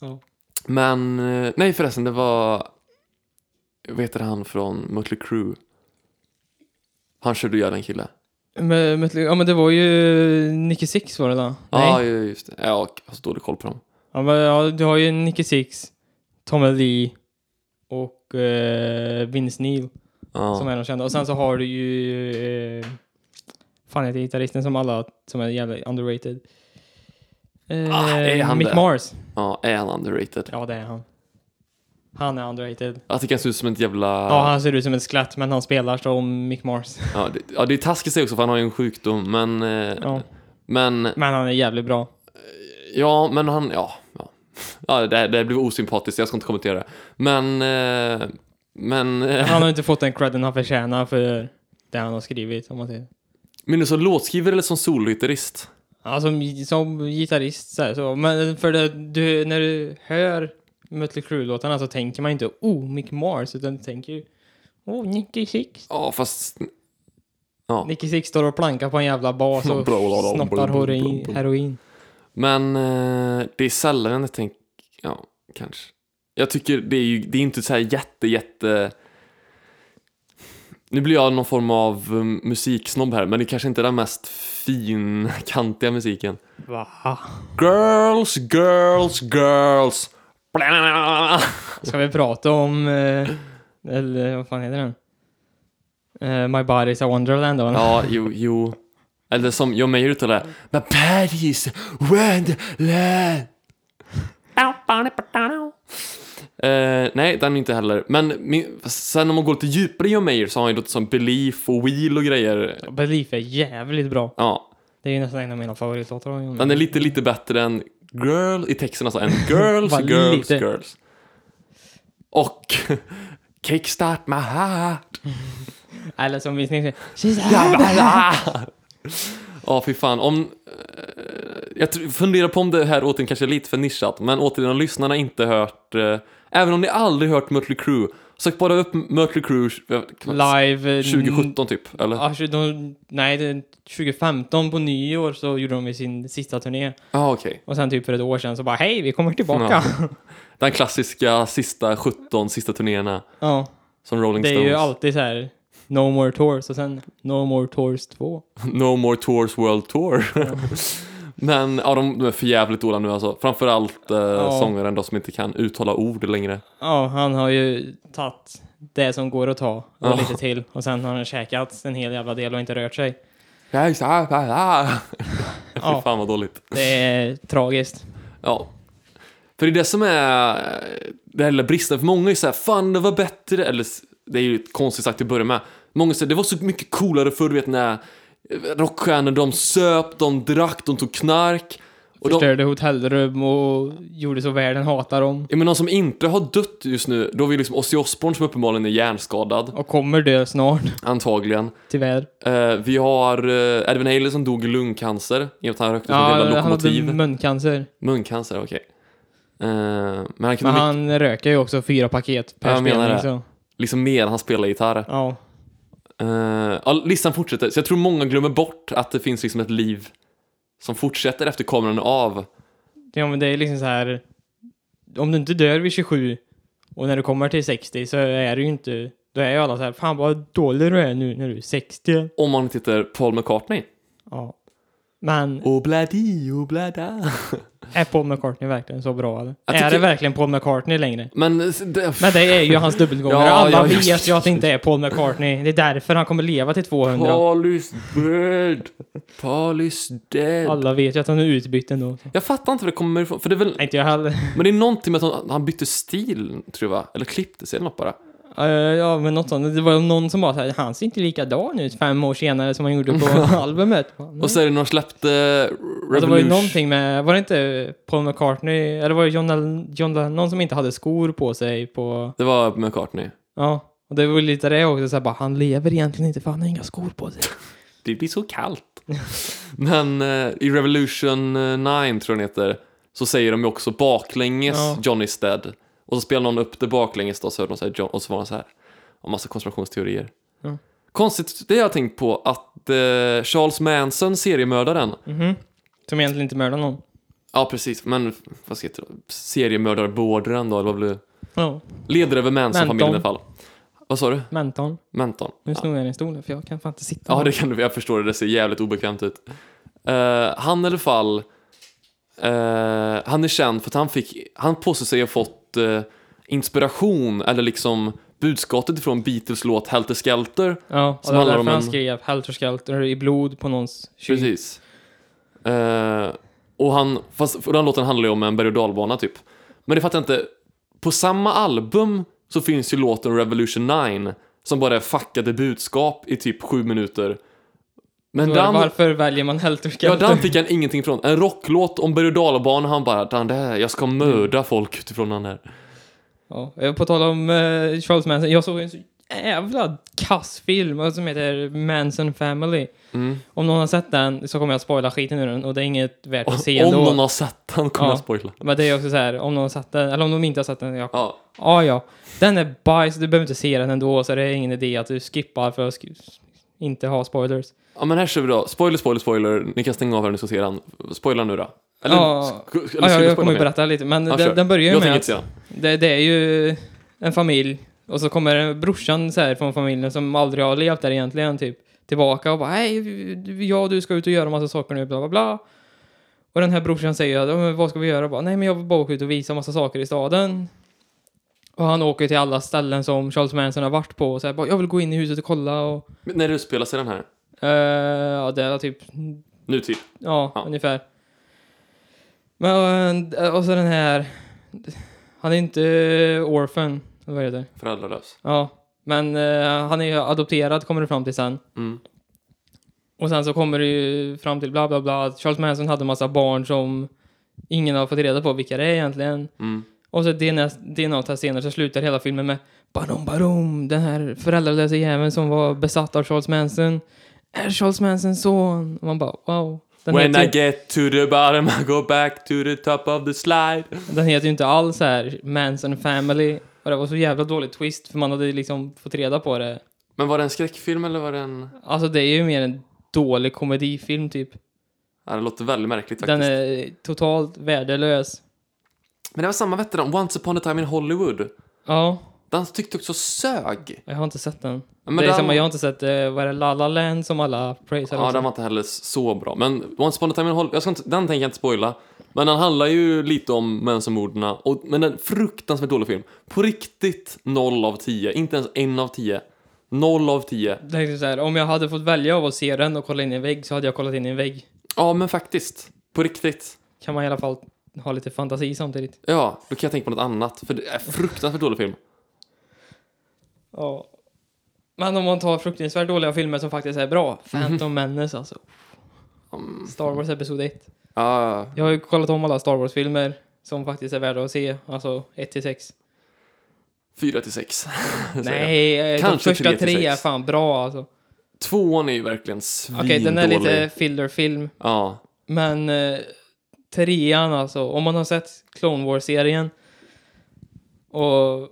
Speaker 1: Ja.
Speaker 2: Men, eh, nej förresten, det var... Vad heter han från Mötley Crüe? Han körde ihjäl en kille.
Speaker 1: Men, men, ja men det var ju Nicky Six var det då?
Speaker 2: Ah, Ja,
Speaker 1: Nej.
Speaker 2: ju- just det. Ja, jag har så dålig koll på dem.
Speaker 1: Ja, men, ja, du har ju Nicky Six, Tommy Lee och eh, Vince Neil som
Speaker 2: Ja.
Speaker 1: är de kända. Och sen så har du ju... Eh, fan heter gitarristen som alla som är jävla underrated? Eh,
Speaker 2: Ah, är han
Speaker 1: Mick
Speaker 2: det?
Speaker 1: Mars.
Speaker 2: ja, är han underrated? Alltså,
Speaker 1: Ja det är han. Han är underrated.
Speaker 2: Jag tycker han ser ut som ett jävla...
Speaker 1: Ja, han ser ut som ett skelett men han spelar som Mick Mars.
Speaker 2: Ja, det, ja, det är taskigt att säga också för han har ju en sjukdom, men... eh,
Speaker 1: Ja.
Speaker 2: Men,
Speaker 1: Men han är jävligt bra.
Speaker 2: ja, men han, ja. Ja, ja det, här- det här blev osympatiskt, jag ska inte kommentera det. Men, eh, men... eh,
Speaker 1: Han har inte fått den credden han förtjänar för det han har skrivit om man säger.
Speaker 2: Men du som låtskrivare eller som sologitarrist?
Speaker 1: Ja, som, som gitarrist så, här, så. Men för det, du, när du hör Mötley Crüe-låtarna så tänker man inte oh Mick Mars utan du tänker ju oh Nicky Six.
Speaker 2: Ja, fast...
Speaker 1: Nicky Six står och plankar på en jävla bas och snoppar heroin. heroin.
Speaker 2: Men eh, det är sällan jag tänker... Ja, kanske. Jag tycker det är ju det är inte så här jätte, jätte... Nu blir jag någon form av um, musiksnobb här, men det kanske inte är den mest finkantiga musiken.
Speaker 1: Va?
Speaker 2: Girls, girls, girls!
Speaker 1: Ska vi prata om eh, eller vad fan heter den? Eh, My body's a wonderland då? eller?
Speaker 2: Ja, jo, jo. Eller som John Mayer uttalade det. My Paris, Wonderland. Eh, nej, den inte heller. Men min, sen om man går lite djupare i John Mayer så har han ju låtar som Belief och Wheel och grejer.
Speaker 1: Belief är jävligt bra.
Speaker 2: Ja,
Speaker 1: Det är ju nästan en av mina favoritlåtar. av John
Speaker 2: Den är
Speaker 1: Mayer.
Speaker 2: lite, lite bättre än girl i texten, alltså än girls,
Speaker 1: Bara
Speaker 2: girls,
Speaker 1: lite.
Speaker 2: girls. Och kickstart my heart.
Speaker 1: Eller som vi snyggt säger, She's
Speaker 2: Ja,
Speaker 1: out.
Speaker 2: fy fan. Om, eh, jag tr- funderar på om det här återigen kanske är lite för nischat, men återigen om lyssnarna inte hört, eh, även om ni aldrig hört Mötley Crüe, sök bara upp Mötley Crüe eh, kan man-
Speaker 1: Live... eh,
Speaker 2: 2017 typ, eller?
Speaker 1: Ja, tju- de, nej, det- 2015 på nyår så gjorde de ju sin sista turné.
Speaker 2: ah, okej.
Speaker 1: Och sen typ för ett år sedan så bara hej, vi kommer tillbaka.
Speaker 2: Ja. Den klassiska sista 17, sista turnéerna
Speaker 1: Ja.
Speaker 2: som Rolling
Speaker 1: det är
Speaker 2: Stones.
Speaker 1: ju alltid så här No More Tours och sen No More Tours 2.
Speaker 2: No more tours world tour. Men ja, de, de är för jävligt dåliga nu alltså. Framförallt eh, sångaren då som inte kan uttala ord längre.
Speaker 1: Ja, han har ju tagit det som går att ta och
Speaker 2: Ja.
Speaker 1: lite till. Och sen har han käkat en hel jävla del och inte rört sig.
Speaker 2: Fy
Speaker 1: Ja.
Speaker 2: fan vad dåligt.
Speaker 1: Det är tragiskt.
Speaker 2: Ja. För det är det som är eh, det här lilla bristen. För många är ju såhär, fan det var bättre. Eller s- det är ju ett konstigt sagt till att börja med. Många säger, det var så mycket coolare förr, du vet när eh, rockstjärnor de söp, de drack, de tog knark. Och de,
Speaker 1: Förstörde hotellrum och gjorde så världen hatar dem.
Speaker 2: ja, men de som inte har dött just nu, då har vi liksom Ozzy Osbourne som uppenbarligen är hjärnskadad.
Speaker 1: Och kommer dö snart,
Speaker 2: Antagligen.
Speaker 1: tyvärr.
Speaker 2: Eh, vi har uh, Edvin Haley som dog i lungcancer i och med att han rökte som en
Speaker 1: Ja,
Speaker 2: del av
Speaker 1: han hade
Speaker 2: lokomotiv.
Speaker 1: muncancer.
Speaker 2: Muncancer, okej. Eh, men han kunde
Speaker 1: Men
Speaker 2: mycket-
Speaker 1: han röker ju också fyra paket per
Speaker 2: Ja, jag menar
Speaker 1: spelning.
Speaker 2: det.
Speaker 1: Så.
Speaker 2: liksom mer än han spelar gitarr.
Speaker 1: Ja.
Speaker 2: Eh, ja, listan fortsätter, så jag tror många glömmer bort att det finns liksom ett liv som fortsätter efter kameran är av.
Speaker 1: ja, men det är liksom så här. Om du inte dör vid 27 och när du kommer till 60 så är du ju inte. Då är ju alla så här, fan vad dålig du är nu när du är 60.
Speaker 2: Om man tittar Paul McCartney. Oh,
Speaker 1: Ja. Men
Speaker 2: Obladi, oblada.
Speaker 1: är Paul McCartney verkligen så bra eller?
Speaker 2: Jag
Speaker 1: Är det
Speaker 2: tycker-
Speaker 1: verkligen Paul McCartney längre?
Speaker 2: Men eh, det,
Speaker 1: Men det är ju hans dubbelgångare.
Speaker 2: Ja,
Speaker 1: alla
Speaker 2: ja, just
Speaker 1: vet ju
Speaker 2: det.
Speaker 1: att det inte är Paul McCartney. Det är därför han kommer leva till 200.
Speaker 2: Paul is dead. Paul is dead.
Speaker 1: Alla vet ju att han är utbytt ändå.
Speaker 2: Jag fattar inte var det kommer ifrån, för det är väl
Speaker 1: Nej, inte jag heller.
Speaker 2: Men det är någonting med att han, han bytte stil, tror jag, va? eller klippte sig eller något bara.
Speaker 1: Ja, ja, ja, men något sånt. Det var någon som bara såhär, han ser inte likadan ut fem år senare som han gjorde på albumet. Bara, "Nej."
Speaker 2: Och så är det när de släppte
Speaker 1: Och Mm. Alltså, det
Speaker 2: Revolution.
Speaker 1: var ju någonting med, var det inte Paul McCartney, eller var det John, Lenn- John Lennon som inte hade skor på sig på,
Speaker 2: Det var McCartney.
Speaker 1: ja. Och det var ju lite det också, såhär bara, han lever egentligen inte för han har inga skor på sig.
Speaker 2: Det blir så kallt. Men eh, i Revolution 9, tror jag den heter, så säger de ju också baklänges
Speaker 1: Ja.
Speaker 2: Johnny is dead. Och så spelar någon upp det baklänges då, så hör de så här, John, och så var han så här. Och massa konspirationsteorier.
Speaker 1: Ja.
Speaker 2: Konstigt, det har jag tänkt på, att eh, Charles Manson, seriemördaren,
Speaker 1: Mhm. Som egentligen inte mördar någon.
Speaker 2: ja precis, men vad ska det heta då? Seriemördarbådaren då, eller vad blir det?
Speaker 1: Ja,
Speaker 2: Leder över Manson-familjen i alla fall. Vad sa du?
Speaker 1: mentorn.
Speaker 2: Menton?
Speaker 1: Nu snor jag den stolen för jag kan fan inte sitta.
Speaker 2: Ja, det kan du. Jag förstår det. Det ser jävligt obekvämt ut. Eh, han i alla fall. eh, han är känd för att han fick. Han påstår sig ha fått eh, inspiration eller liksom budskapet från Beatles låt Helter Skelter.
Speaker 1: ja och
Speaker 2: Som
Speaker 1: det var
Speaker 2: handlar
Speaker 1: därför
Speaker 2: om
Speaker 1: han
Speaker 2: en-
Speaker 1: skrev Helter Skelter i blod på någons kyl.
Speaker 2: Precis. Eh, och han, fast för den låten handlar ju om en berg och dalbana typ. Men det fattar jag inte. På samma album så finns ju låten Revolution 9 som bara är fuckade budskap i typ sju minuter. Men
Speaker 1: Så
Speaker 2: den,
Speaker 1: Varför väljer man Helter
Speaker 2: ja,
Speaker 1: Skelter?
Speaker 2: den fick han ingenting ifrån. En rocklåt om berg och dalbana, han bara den där, jag
Speaker 1: Mm.
Speaker 2: ska mörda folk utifrån den här.
Speaker 1: Ja, eh, på tal om eh, Charles Manson, jag såg en så jävla kass film eh, som heter Manson Family.
Speaker 2: Mm.
Speaker 1: Om någon har sett den så kommer jag spoila skiten ur den och det är inget värt att se
Speaker 2: Om
Speaker 1: ändå.
Speaker 2: någon har sett den kommer
Speaker 1: Ja.
Speaker 2: jag spoila.
Speaker 1: Men det är också så här, om någon har sett den, eller om de inte har sett den, ja,
Speaker 2: Ja.
Speaker 1: ah, ja. Den är bajs, du behöver inte se den ändå, så det är ingen idé att du skippar för att sk- inte ha spoilers.
Speaker 2: ja, men här kör vi då. Spoiler, spoiler, spoiler. Ni kan stänga av här nu så ser den. Spoila nu då. Eller,
Speaker 1: Ja.
Speaker 2: sk- eller ska
Speaker 1: Ah, ja,
Speaker 2: du
Speaker 1: jag
Speaker 2: spoila
Speaker 1: kommer
Speaker 2: mer?
Speaker 1: ju berätta lite, men
Speaker 2: Ja,
Speaker 1: den,
Speaker 2: kör.
Speaker 1: den börjar ju
Speaker 2: Jag
Speaker 1: med alltså.
Speaker 2: tänker
Speaker 1: att
Speaker 2: inte säga.
Speaker 1: det, det är ju en familj och så kommer brorsan så här från familjen som aldrig har levt där egentligen typ tillbaka och bara hej, vi- jag och du ska ut och göra massa saker nu, bla bla bla. Och den här brorsan säger att "Ja, men vad ska vi göra? Och Bara, Nej men jag vill bara åka ut och visa massa saker i staden. Och han åker till alla ställen som Charles Manson har varit på och så här, bara, jag vill gå in i huset och kolla och
Speaker 2: Men När utspelar sig den här?
Speaker 1: eh, ja, det är typ
Speaker 2: Nutid?
Speaker 1: Ja,
Speaker 2: Ja.
Speaker 1: eh, ungefär. Men, och, och så den här... Han är inte eh, orphan, eller vad heter det?
Speaker 2: Föräldralös.
Speaker 1: Ja, men eh, han är ju adopterad kommer det fram till sen.
Speaker 2: Mm.
Speaker 1: Och sen så kommer det ju fram till bla bla bla. att Charles Manson hade en massa barn som ingen har fått reda på vilka det är egentligen.
Speaker 2: Mm.
Speaker 1: Och så DNA DNA-test senare så slutar hela filmen med Badum Badum, den här föräldralösa jäveln som var besatt av Charles Manson. Är Charles Mansons son? Och man bara wow. Den typ-
Speaker 2: When
Speaker 1: heter,
Speaker 2: I
Speaker 1: ju-
Speaker 2: get to the bottom I go back to the top of the slide.
Speaker 1: den heter ju inte alls så här Manson Family. Och det var så jävla dålig twist för man hade ju liksom fått reda på det.
Speaker 2: Men var det en skräckfilm eller var det en...
Speaker 1: Alltså det är ju mer en dålig komedifilm typ.
Speaker 2: Ja, det låter väldigt märkligt faktiskt.
Speaker 1: Den är totalt värdelös.
Speaker 2: Men det var samma veteran, Once upon a time in Hollywood.
Speaker 1: Ja,
Speaker 2: Den tyckte också sög.
Speaker 1: jag har inte sett den.
Speaker 2: Men
Speaker 1: det är
Speaker 2: den-
Speaker 1: samma, jag har inte sett, eh, vad är det, La La Land som alla praisar
Speaker 2: Ja,
Speaker 1: också.
Speaker 2: den var inte heller så bra. Men Once upon a time in Hollywood, jag ska inte, den tänker jag inte spoila. Men den handlar ju lite om mensomorden. och Men en fruktansvärt dålig film. På riktigt 0 av 10. Inte ens 1 av 10. 0 av 10.
Speaker 1: Jag tänkte så här, om jag hade fått välja av att se den och kolla in i en vägg så hade jag kollat in i en vägg.
Speaker 2: Ja, men faktiskt. På riktigt.
Speaker 1: Kan man i alla fall ha lite fantasi samtidigt.
Speaker 2: Ja, då kan jag tänka på något annat. För det är fruktansvärt dålig film.
Speaker 1: Ja. Men om man tar fruktansvärt dåliga filmer som faktiskt är bra.
Speaker 2: Mhm.
Speaker 1: Phantom Menace alltså.
Speaker 2: Mm.
Speaker 1: Star Wars Episod 1.
Speaker 2: Ja,
Speaker 1: Jag har ju kollat om alla Star Wars-filmer som faktiskt är värda att se. Alltså 1-6.
Speaker 2: 4 till 6.
Speaker 1: Nej, eh, de
Speaker 2: Kanske
Speaker 1: första
Speaker 2: tre till
Speaker 1: tre är
Speaker 2: sex.
Speaker 1: fan bra alltså.
Speaker 2: Tvåan är ju verkligen
Speaker 1: Okej,
Speaker 2: svindålig.
Speaker 1: den är lite fillerfilm.
Speaker 2: Ja.
Speaker 1: Men eh, trean alltså, om man har sett Clone Wars-serien och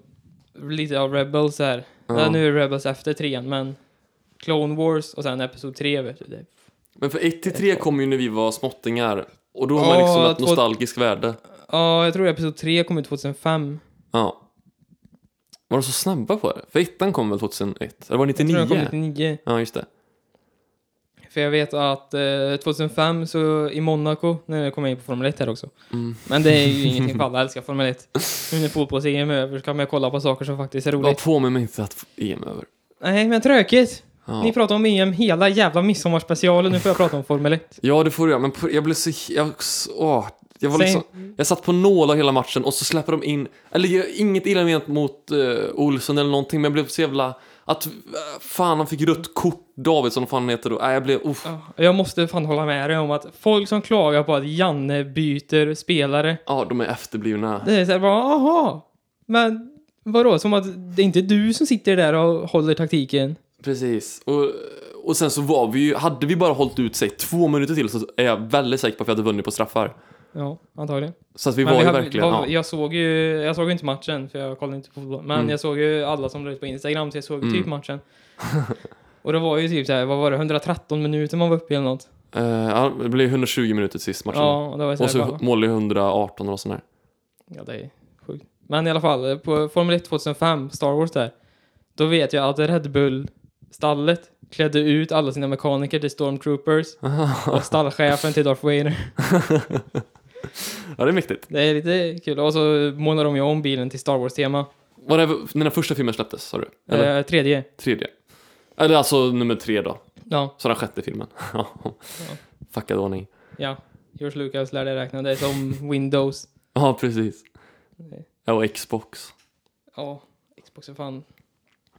Speaker 1: lite av Rebels här.
Speaker 2: Ja.
Speaker 1: Ja. Nu är Rebels efter trean, men Clone Wars och sen Episod 3 vet du. Det.
Speaker 2: Men för 1 till 3 kom ju när vi var småttingar. Och då har man liksom
Speaker 1: Ja,
Speaker 2: ett
Speaker 1: två-
Speaker 2: nostalgiskt värde.
Speaker 1: Ja, jag tror Episod 3 kom ut 2005.
Speaker 2: Ja. Var de så snabba på det? För ettan kom väl 2001? Eller var det
Speaker 1: Jag tror
Speaker 2: 99?
Speaker 1: den kom 99.
Speaker 2: Ja, just det.
Speaker 1: För jag vet att eh, 2005 så i Monaco, nu kommer jag in på Formel 1 här också.
Speaker 2: Mm.
Speaker 1: Men det är ju ingenting för alla, jag älskar Formel 1. Nu när fotbolls-EM är över så kan man kolla på saker som faktiskt är
Speaker 2: Var
Speaker 1: roligt.
Speaker 2: på mig inte att EM över.
Speaker 1: Nej, men tråkigt.
Speaker 2: Ja.
Speaker 1: Ni pratar om EM hela jävla midsommarspecialen, nu får jag prata om Formel 1.
Speaker 2: ja, det får du göra. Men på- jag blev så... Jag, åh, jag var
Speaker 1: Säg-
Speaker 2: liksom... Jag satt på nålar hela matchen och så släpper de in... Eller jag, inget illa ment mot uh, Olsson eller någonting, men jag blev så jävla... Att eh, fan, han fick rött kort, Davidsson, vad fan han heter då. Nej, jag blev... Uff.
Speaker 1: Ja, Jag måste fan hålla med dig om att folk som klagar på att Janne byter spelare,
Speaker 2: Ja, de är efterblivna.
Speaker 1: det är såhär bara aha. Men vadå, som att det är inte du som sitter där och håller taktiken?
Speaker 2: Precis. Och, och sen så var vi ju... Hade vi bara hållit ut, sig två minuter till så är jag väldigt säker på att vi hade vunnit på straffar.
Speaker 1: Ja, antagligen.
Speaker 2: Så att vi
Speaker 1: Men
Speaker 2: var
Speaker 1: vi
Speaker 2: ju
Speaker 1: hade-
Speaker 2: verkligen...
Speaker 1: var-
Speaker 2: ja.
Speaker 1: Jag såg ju, jag såg ju inte matchen för jag kollade inte på fotboll, men
Speaker 2: Mm.
Speaker 1: jag såg ju alla som la ut på Instagram så jag såg ju typ
Speaker 2: Mm.
Speaker 1: matchen. och det var ju typ såhär, vad var det, 113 minuter man var uppe i eller något?
Speaker 2: Eh, ja, det blev 120 minuter sist matchen.
Speaker 1: Ja, och det var ju så här
Speaker 2: och så
Speaker 1: bara-
Speaker 2: mål i 118 och sånt där.
Speaker 1: Ja, det är sjukt. Men i alla fall, på Formel 1 2005, Star Wars där, då vet jag att Red Bull-stallet klädde ut alla sina mekaniker till stormtroopers och stallchefen till Darth Vader.
Speaker 2: Ja, det är mäktigt.
Speaker 1: Det är lite kul. Och så målar de ju om bilen till Star Wars-tema.
Speaker 2: Var det när den första filmen släpptes, sa du? Eller
Speaker 1: Eh, tredje.
Speaker 2: tredje? Eller alltså nummer tre då.
Speaker 1: Ja,
Speaker 2: Så den sjätte filmen. ja. Fuckad ordning.
Speaker 1: ja. George Lucas lärde räkna. Det är som Windows.
Speaker 2: Ja, precis. Ja, och Xbox.
Speaker 1: Ja, Xbox är fan...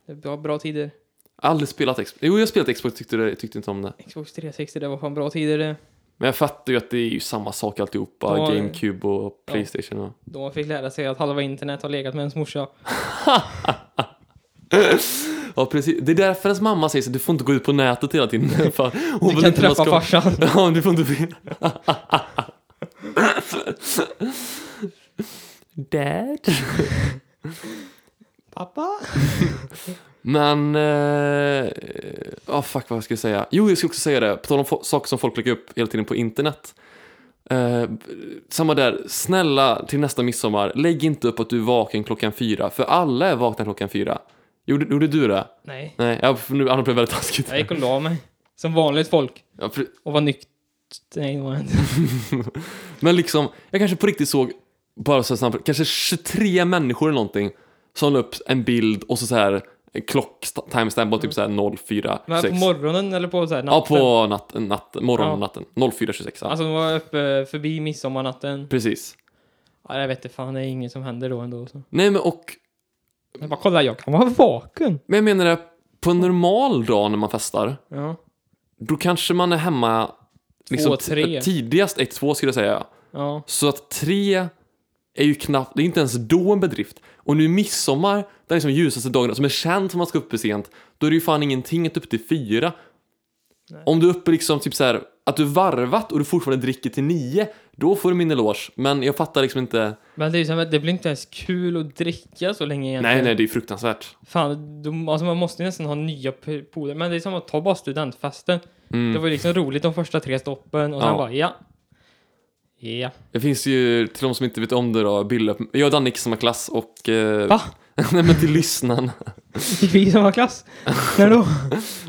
Speaker 1: Det är bra, bra tider.
Speaker 2: Jag har aldrig spelat Xbox. Jo, jag har spelat Xbox, tyckte, det, tyckte inte om det.
Speaker 1: Xbox 360, det var fan bra tider det.
Speaker 2: Men jag fattar ju att det är ju samma sak alltihopa.
Speaker 1: Ja, det-
Speaker 2: GameCube och Playstation. Och...
Speaker 1: Då man fick lära sig att halva internet har legat med ens morsa.
Speaker 2: Ja, precis. Det är därför ens mamma säger så du får inte gå ut på nätet hela tiden. För hon
Speaker 1: Du
Speaker 2: vill
Speaker 1: kan
Speaker 2: inte man
Speaker 1: träffa
Speaker 2: ska-
Speaker 1: farsan.
Speaker 2: Ja, du får inte... Dad?
Speaker 1: Pappa?
Speaker 2: Men... Ja, eh, ah, fuck vad jag skulle säga. Jo, jag skulle också säga det. På tal om fo- saker som folk lägger upp hela tiden på internet. Eh, samma där. Snälla, till nästa midsommar, lägg inte upp att du är vaken klockan fyra. För alla är vakna klockan fyra. Gjorde, gjorde du det?
Speaker 1: Nej.
Speaker 2: Nej, jag, nu, annars blev det väldigt taskigt.
Speaker 1: Jag gick och la mig. Som vanligt folk.
Speaker 2: Ja, för,
Speaker 1: Och var nykter. Nej, det var jag inte.
Speaker 2: Men liksom, jag kanske på riktigt såg, bara så här snabbt, kanske 23 människor eller någonting som la upp en bild och så, så här en klock, st- timestamp var typ så här
Speaker 1: Mm. Men på
Speaker 2: 04.26.
Speaker 1: morgonen eller på så här
Speaker 2: Ja,
Speaker 1: natten?
Speaker 2: på natten, natt, morgonen
Speaker 1: Ja.
Speaker 2: och natten. 04.26, ja.
Speaker 1: Alltså de var uppe förbi midsommarnatten.
Speaker 2: Precis.
Speaker 1: Ja, Ja, jag vet inte fan, det är inget som händer då ändå. Så.
Speaker 2: Nej, men och
Speaker 1: Jag bara, kolla jag kan vara vaken.
Speaker 2: Men jag menar det, på en normal dag när man festar,
Speaker 1: Ja.
Speaker 2: då kanske man är hemma liksom,
Speaker 1: Två, tre.
Speaker 2: t- tidigast 1-2 skulle jag säga.
Speaker 1: Ja.
Speaker 2: Så att 3 är ju knappt, det är inte ens då en bedrift. Och nu midsommar, den liksom ljusaste dagen som är känd som man ska upp för sent, då är det ju fan ingenting att upp till 4. Om du är uppe liksom typ så här, att du varvat och du fortfarande dricker till 9, då får du min eloge. Men jag fattar liksom inte.
Speaker 1: Men det, är ju så här, det blir inte ens kul att dricka så länge egentligen.
Speaker 2: Nej, nej, det är fruktansvärt.
Speaker 1: Fan, de, alltså man måste ju nästan ha nya p- polare. Men det är som att ta bara studentfesten.
Speaker 2: Mm.
Speaker 1: Det var ju liksom roligt de första tre stoppen och sen
Speaker 2: Ja.
Speaker 1: bara ja. Ja.
Speaker 2: Det finns ju, till de som inte vet om det då, bilder. Jag och Danne gick i samma klass och... Eh,
Speaker 1: Va?
Speaker 2: Nej men till lyssnaren.
Speaker 1: Gick vi i samma klass? När då?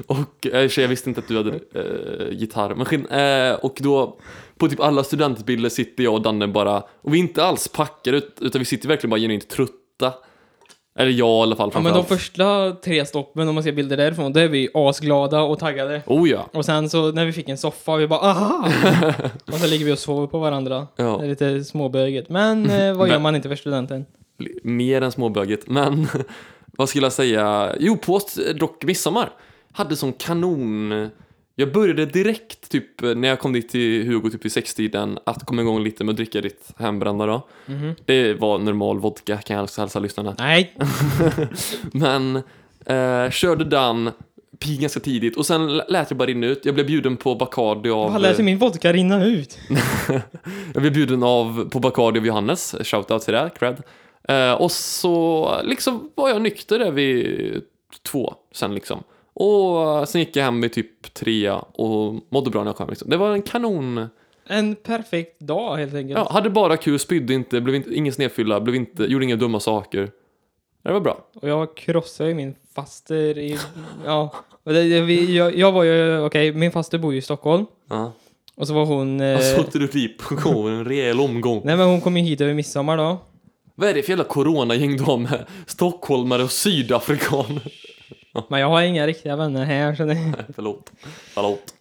Speaker 2: Och eh, tjej, jag visste inte att du hade eh, gitarr. Men, skin- eh, och då, på typ alla studentbilder sitter jag och Danne bara, och vi är inte alls packade ut- utan vi sitter verkligen bara genuint trötta. Eller jag i alla fall
Speaker 1: Ja men de
Speaker 2: framförallt.
Speaker 1: första tre stoppen om man ser bilder därifrån, då är vi asglada och taggade.
Speaker 2: Oh ja.
Speaker 1: Och sen så när vi fick en soffa, vi bara aha! och så ligger vi och sover på varandra.
Speaker 2: Ja.
Speaker 1: Det är lite småböget. Men eh, vad gör
Speaker 2: Men-
Speaker 1: man inte för studenten?
Speaker 2: L- Mer än småböget, men vad skulle jag säga? Jo, på st- dock midsommar. Hade sån kanon... Jag började direkt, typ när jag kom dit till Hugo typ vid sextiden, att komma igång lite med att dricka ditt hembrända då.
Speaker 1: Mhm.
Speaker 2: Det var normal vodka kan jag alltså hälsa lyssnarna.
Speaker 1: Nej,
Speaker 2: Men eh, körde den pig ganska tidigt och sen l- lät jag bara rinna ut. Jag blev bjuden på Bacardi av...
Speaker 1: fan lät ju min vodka rinna ut.
Speaker 2: Jag blev bjuden av, på Bacardi av Johannes, shoutout till det, här, cred. Eh, och så liksom var jag nykter där vid två sen liksom. Och sen gick jag hem vid typ trea och mådde bra när jag kom hem liksom. Det var en kanon.
Speaker 1: En perfekt dag helt enkelt.
Speaker 2: Ja, hade bara kul, spydde inte, blev inte, ingen snedfylla, blev inte, gjorde inga dumma saker. Det var bra.
Speaker 1: Och jag krossade ju min faster i... Ja. Och det- det- vi- Jag, jag var ju... Okej, min faster bor ju i Stockholm.
Speaker 2: Ja.
Speaker 1: Och så var hon... Eh,
Speaker 2: Och så åkte du dit på gången, en rejäl omgång.
Speaker 1: nej men hon kom ju hit över midsommar då.
Speaker 2: Vad är det för jävla coronagäng du har med? Stockholmare och sydafrikaner?
Speaker 1: Men jag har inga riktiga vänner här så det...
Speaker 2: Nej, förlåt. Förlåt.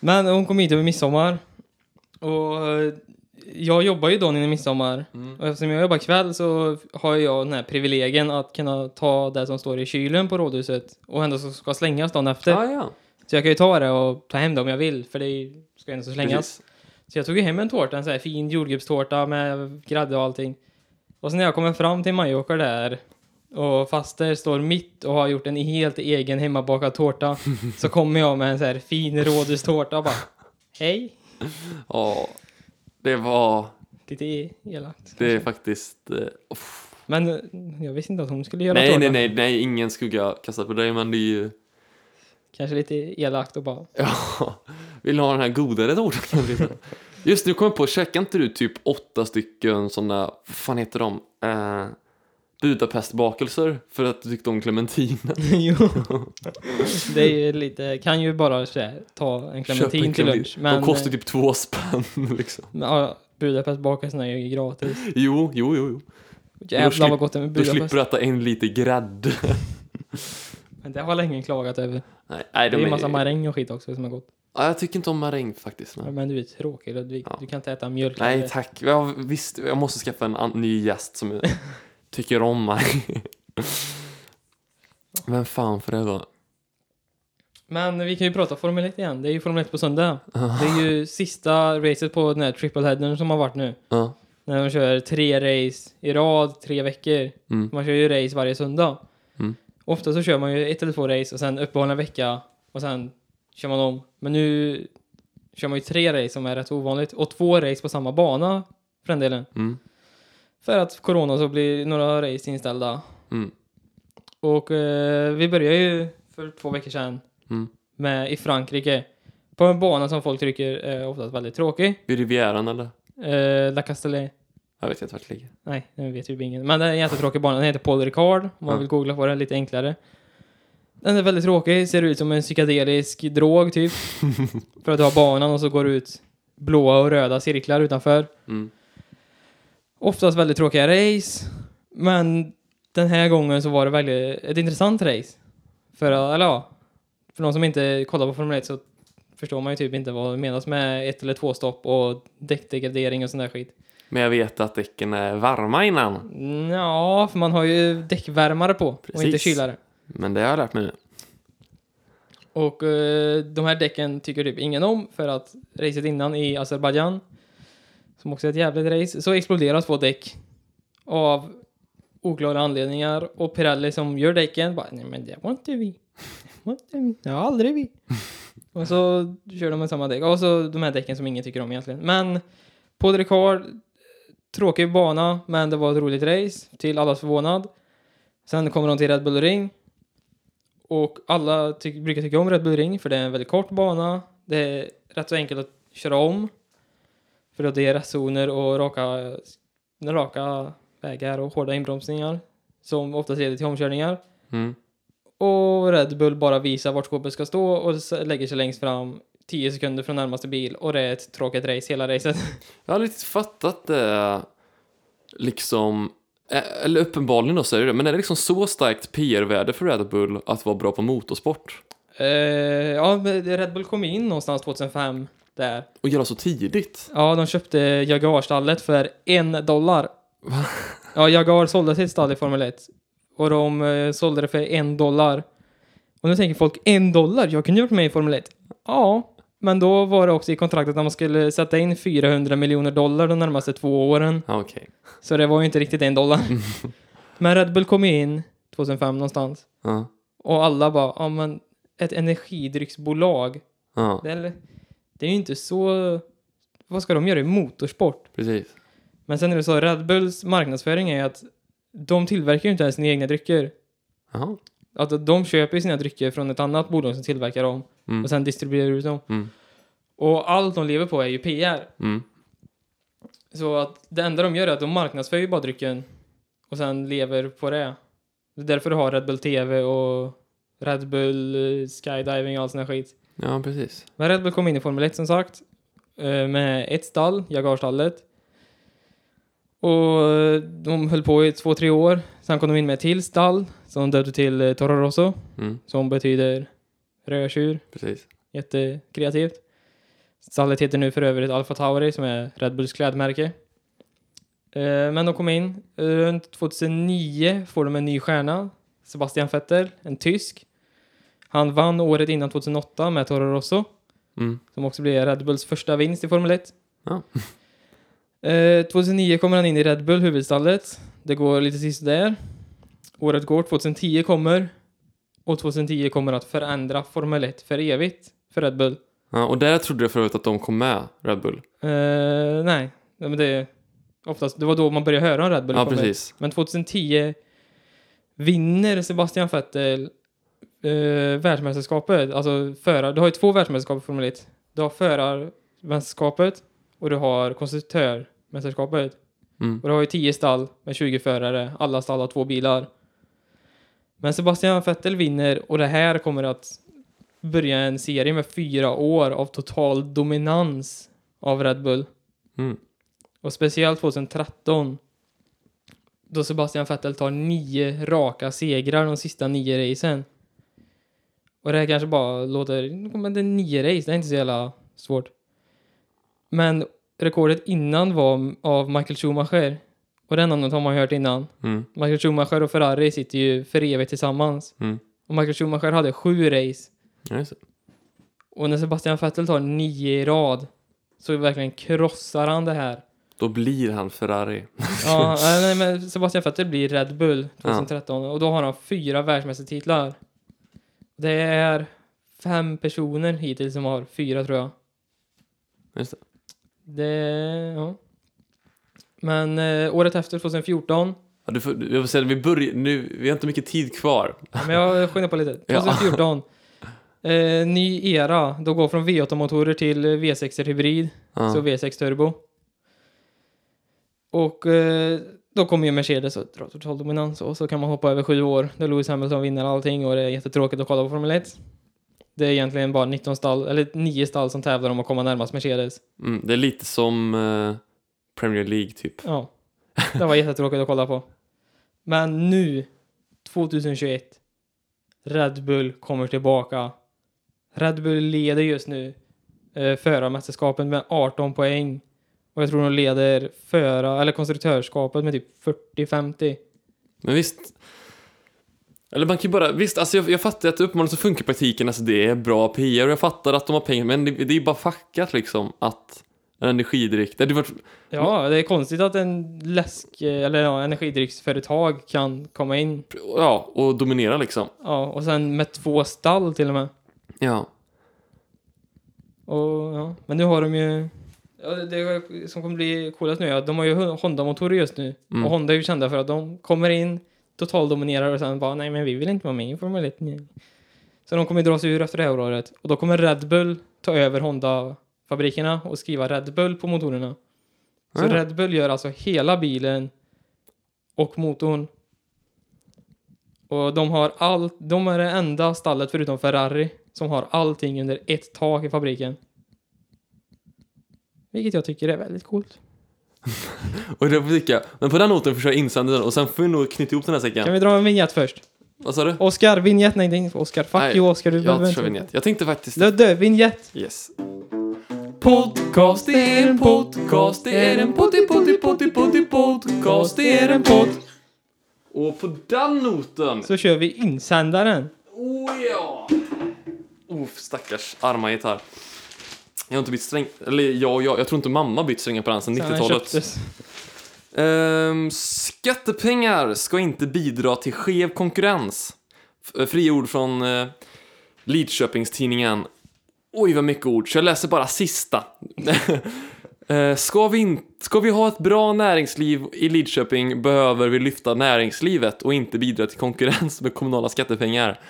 Speaker 1: Men hon kom hit över midsommar. Och eh, jag jobbar ju dagen innan midsommar.
Speaker 2: Mm.
Speaker 1: Och eftersom jag jobbar kväll så har jag den här privilegien att kunna ta det som står i kylen på rådhuset och ändå så ska slängas dagen efter.
Speaker 2: Ah, ja,
Speaker 1: Så jag kan ju ta det och ta hem det om jag vill för det ska ju ändå så slängas.
Speaker 2: precis.
Speaker 1: Så jag tog ju hem en tårta, en sån här fin jordgubbstårta med grädde och allting. Och sen när jag kommer fram till Majåker där och faster står mitt och har gjort en helt egen hemmabakad tårta så kommer jag med en sån här fin rådhustårta och bara hej.
Speaker 2: Ja, det var...
Speaker 1: Lite elakt.
Speaker 2: Det är faktiskt... Eh, uff.
Speaker 1: Men eh, jag visste inte att hon skulle göra
Speaker 2: nej,
Speaker 1: tårta.
Speaker 2: nej, nej, nej, ingen skugga kastad på dig, men det är ju...
Speaker 1: Kanske lite elakt och bara
Speaker 2: Ja, vill du ha den här godare tårtan? Just nu kom jag på, käkar inte du typ åtta stycken sådana, vad fan heter de? Eh, Budapestbakelser för att du tyckte om clementina.
Speaker 1: jo. Det är ju lite, kan ju bara så här, ta en
Speaker 2: Köp en
Speaker 1: clementin till
Speaker 2: clementin.
Speaker 1: lunch. Men
Speaker 2: De kostar typ två spänn liksom.
Speaker 1: eh, men, ja, Budapestbakelsen är ju gratis.
Speaker 2: Jo, jo, jo. jo.
Speaker 1: Jävlar vad
Speaker 2: slip-
Speaker 1: gott det är med
Speaker 2: Du
Speaker 1: Budapest.
Speaker 2: slipper äta en liter grädde.
Speaker 1: Men det har länge klagat över.
Speaker 2: Nej, nej,
Speaker 1: Det
Speaker 2: de
Speaker 1: är ju massa maräng och skit också som har gått.
Speaker 2: Ja, jag tycker inte om maräng faktiskt.
Speaker 1: Ja,
Speaker 2: Men...
Speaker 1: Men du är tråkig Ludvig.
Speaker 2: Ja.
Speaker 1: Du kan inte äta mjölk.
Speaker 2: Nej, tack. Jag, visst, jag måste skaffa en an- ny gäst som tycker om mig. Vem fan för det då?
Speaker 1: Men vi kan ju prata Formel 1 igen. Det är ju Formel 1 på söndag. Det är ju sista racet på den här tripleheadern som har varit nu.
Speaker 2: Ja.
Speaker 1: När de kör tre race i rad, tre veckor.
Speaker 2: Mm.
Speaker 1: Man kör ju race varje söndag.
Speaker 2: Mm.
Speaker 1: Ofta så kör man ju ett eller två race och sen uppehåll en vecka och sen kör man om. Men nu kör man ju tre race som är rätt ovanligt och två race på samma bana för den delen.
Speaker 2: Mm.
Speaker 1: För att corona så blir några race inställda.
Speaker 2: Mm.
Speaker 1: Och eh, vi började ju för två veckor sedan
Speaker 2: Mm.
Speaker 1: med, i Frankrike på en bana som folk tycker är oftast väldigt tråkig.
Speaker 2: Vid Rivieran eller?
Speaker 1: Eh, La Castellet.
Speaker 2: Jag vet inte vart det ligger.
Speaker 1: Nej, den vet ju ingen. Men det är en jättetråkig bana. Den heter Paul Ricard. Om man
Speaker 2: Ja.
Speaker 1: vill googla på den, lite enklare. Den är väldigt tråkig. Ser ut som en psykedelisk drog typ. för att du har banan och så går det ut blåa och röda cirklar utanför.
Speaker 2: Mm.
Speaker 1: Oftast väldigt tråkiga race. Men den här gången så var det väldigt ett intressant race. För, eller ja, för de som inte kollar på Formel 1 så förstår man ju typ inte vad det menas med ett eller två stopp och däckdegradering och sån där skit.
Speaker 2: Men jag vet att däcken är varma innan.
Speaker 1: Ja, för man har ju däckvärmare på och inte
Speaker 2: Precis.
Speaker 1: kylare.
Speaker 2: Men det har jag lärt mig nu.
Speaker 1: Och eh, de här däcken tycker typ ingen om för att racet innan i Azerbajdzjan som också är ett jävligt race, så exploderar två däck av oklara anledningar och Pirelli som gör däcken bara nej men det var inte vi. Det var inte vi. Det var aldrig vi. och så kör de med samma däck. Och så de här däcken som ingen tycker om egentligen. Men på de Ricard, tråkig bana men det var ett roligt race till allas förvånad. Sen kommer de till Red Bull Ring och alla ty- brukar tycka om Red Bull Ring för det är en väldigt kort bana. Det är rätt så enkelt att köra om. För att det är restzoner och raka, raka vägar och hårda inbromsningar. Som oftast leder till omkörningar.
Speaker 2: Mm.
Speaker 1: Och Red Bull bara visar vart skåpet ska stå och s- lägger sig längst fram 10 sekunder från närmaste bil. Och det är ett tråkigt race hela racet.
Speaker 2: Jag har lite fattat det. Liksom, eh, eller uppenbarligen då säger du det, men är det liksom så starkt PR-värde för Red Bull att vara bra på motorsport?
Speaker 1: Eh, ja, men Red Bull kom in någonstans 2005 där.
Speaker 2: Och göra så tidigt?
Speaker 1: Ja, de köpte Jaguar-stallet för en dollar. Ja, Jaguar sålde sitt stall i Formel 1. Och de eh, sålde det för en dollar. Och nu tänker folk, en dollar? Jag kunde ju varit med i Formel 1. Ja, men då var det också i kontraktet att man skulle sätta in 400 miljoner dollar de närmaste två åren.
Speaker 2: Ja, okej.
Speaker 1: Så det var ju inte riktigt en dollar. men Red Bull kom in 2005 någonstans.
Speaker 2: Ja,
Speaker 1: Och alla bara, ja men ett energidrycksbolag.
Speaker 2: ja,
Speaker 1: Det är, det är ju inte så... Vad ska de göra i motorsport?
Speaker 2: precis.
Speaker 1: Men sen är det så, Red Bulls marknadsföring är att de tillverkar ju inte ens sina egna drycker.
Speaker 2: Jaha.
Speaker 1: Alltså de köper ju sina drycker från ett annat bolag som tillverkar dem
Speaker 2: Mm.
Speaker 1: och sen distribuerar ut dem.
Speaker 2: Mm.
Speaker 1: Och allt de lever på är ju PR.
Speaker 2: Mm.
Speaker 1: Så att det enda de gör är att de marknadsför ju bara drycken och sen lever på det. Det är därför du har Red Bull TV och Red Bull eh, Skydiving och all sån här skit.
Speaker 2: Ja, precis.
Speaker 1: Men Red Bull kom in i Formel 1 som sagt. eh, Med ett stall, Jagarstallet. Och eh, de höll på i två, tre år. Sen kom de in med ett till stall som de döpte till eh, Toro Rosso.
Speaker 2: Mm,
Speaker 1: Som betyder rödtjur.
Speaker 2: precis.
Speaker 1: Jättekreativt. Stallet heter nu för övrigt Alfa Tauri som är Red Bulls klädmärke. Eh, Men de kom in. Eh, Runt 2009 får de en ny stjärna. Sebastian Vettel, en tysk. Han vann året innan 2008 med Toro Rosso.
Speaker 2: Mm.
Speaker 1: Som också blir Red Bulls första vinst i Formel 1.
Speaker 2: Ja.
Speaker 1: Eh, 2009 kommer han in i Red Bull, huvudstallet. Det går lite sisådär. Året går, 2010 kommer. Och 2010 kommer att förändra Formel 1 för evigt för Red Bull.
Speaker 2: Ja, och där trodde jag förut att de kom med, Red Bull.
Speaker 1: Eh, nej, Ja, men det är oftast, det var då man började höra om Red Bull. i
Speaker 2: Ja,
Speaker 1: Formel 1.
Speaker 2: precis.
Speaker 1: Men 2010 vinner Sebastian Vettel eh, världsmästerskapet. Alltså förar, du har ju två världsmästerskap i Formel 1. Du har förarmästerskapet och du har konstruktörmästerskapet.
Speaker 2: Mm.
Speaker 1: Och du har ju 10 stall med 20 förare. Alla stall har två bilar. Men Sebastian Vettel vinner och det här kommer att börja en serie med fyra år av total dominans av Red Bull.
Speaker 2: Mm.
Speaker 1: Och speciellt 2013 då Sebastian Vettel tar nio raka segrar de sista nio racen. Och det här kanske bara låter... Men det är nio race, det är inte så jävla svårt. Men rekordet innan var av Michael Schumacher. Och det namnet har man ju hört innan.
Speaker 2: Mm.
Speaker 1: Michael Schumacher och Ferrari sitter ju för evigt tillsammans.
Speaker 2: Mm.
Speaker 1: Och Michael Schumacher hade sju race.
Speaker 2: Ja, just det.
Speaker 1: Och när Sebastian Vettel tar nio i rad så verkligen krossar han det här.
Speaker 2: Då blir han Ferrari.
Speaker 1: Ja, nej, nej, men Sebastian Vettel blir Red Bull 2013 och då har han fyra världsmästartitlar. Det är fem personer hittills som har fyra tror jag.
Speaker 2: Just det.
Speaker 1: Det, ja. Men eh, året efter, 2014,
Speaker 2: Ja, du får, jag vill säga, vi börjar nu, vi har inte mycket tid kvar.
Speaker 1: men jag skyndar på lite,
Speaker 2: Ja.
Speaker 1: 2014, eh, ny era, då går från V8-motorer till V6 hybrid.
Speaker 2: Ja.
Speaker 1: Så V6 turbo. Och eh, då kommer ju Mercedes och drar total dominans och så kan man hoppa över sju år där Lewis Hamilton vinner allting och det är jättetråkigt att kolla på Formel 1. Det är egentligen bara 19 stall, eller 9 stall som tävlar om att komma närmast Mercedes.
Speaker 2: Mm, det är lite som eh, Premier League typ.
Speaker 1: Ja, det var jättetråkigt att kolla på. Men nu, 2021, Red Bull kommer tillbaka. Red Bull leder just nu eh, förarmästerskapen med 18 poäng Och jag tror hon leder föra, eller konstruktörskapet med typ 40-50.
Speaker 2: Men visst. Eller man kan ju bara, visst, alltså jag, jag fattar att uppenbarligen så funkar praktiken, alltså det är bra PR och jag fattar att de har pengar, men det, det är ju bara fuckat liksom att en energidryck, det hade ju varit,
Speaker 1: Ja, det är konstigt att en läsk, eller ja, energidrycksföretag kan komma in.
Speaker 2: ja, och dominera liksom.
Speaker 1: Ja, och sen med två stall till och med.
Speaker 2: Ja.
Speaker 1: Och, ja. Men nu har de ju... Ja, det som kommer bli coolast nu är att de har ju Honda-motorer just nu.
Speaker 2: Mm.
Speaker 1: Och Honda är ju kända för att de kommer in, totaldominerar och sen bara nej men vi vill inte vara med i Formel 1. nu." Så de kommer dra sig ur efter det här året. Och då kommer Red Bull ta över Honda-fabrikerna och skriva Red Bull på motorerna. Så
Speaker 2: Ja.
Speaker 1: Red Bull gör alltså hela bilen och motorn. Och de har allt, de är det enda stallet förutom Ferrari som har allting under ett tak i fabriken. Vilket jag tycker är väldigt coolt.
Speaker 2: Och det var lika. Men på den noten försöker jag insändaren den och sen får vi nog knyta ihop den här säcken.
Speaker 1: Kan vi dra en vignett först?
Speaker 2: Vad sa du?
Speaker 1: Oscar, vignett, nej det är inte Oscar. Fuck
Speaker 2: Nej,
Speaker 1: you Oscar, du
Speaker 2: Jag tror vignett. Jag tänkte faktiskt...
Speaker 1: Ludde, vignett!
Speaker 2: Yes. Podcast det är en podcast, det är en potti potti potti potti podcast, det är en podd. Och på den noten!
Speaker 1: Så kör vi insändaren.
Speaker 2: Oh ja! Oh, stackars arma gitarr. Jag har inte bytt sträng, eller jag, jag, jag tror inte mamma bytt strängar på den sedan
Speaker 1: Sen den
Speaker 2: 90-talet.
Speaker 1: köptes.
Speaker 2: Ehm, skattepengar ska inte bidra till skev konkurrens. F- fria ord från uh, Lidköpingstidningen. Oj, vad mycket ord, så jag läser bara sista. Eh, ska, vi in- ska vi ha ett bra näringsliv i Lidköping behöver vi lyfta näringslivet och inte bidra till konkurrens med kommunala skattepengar.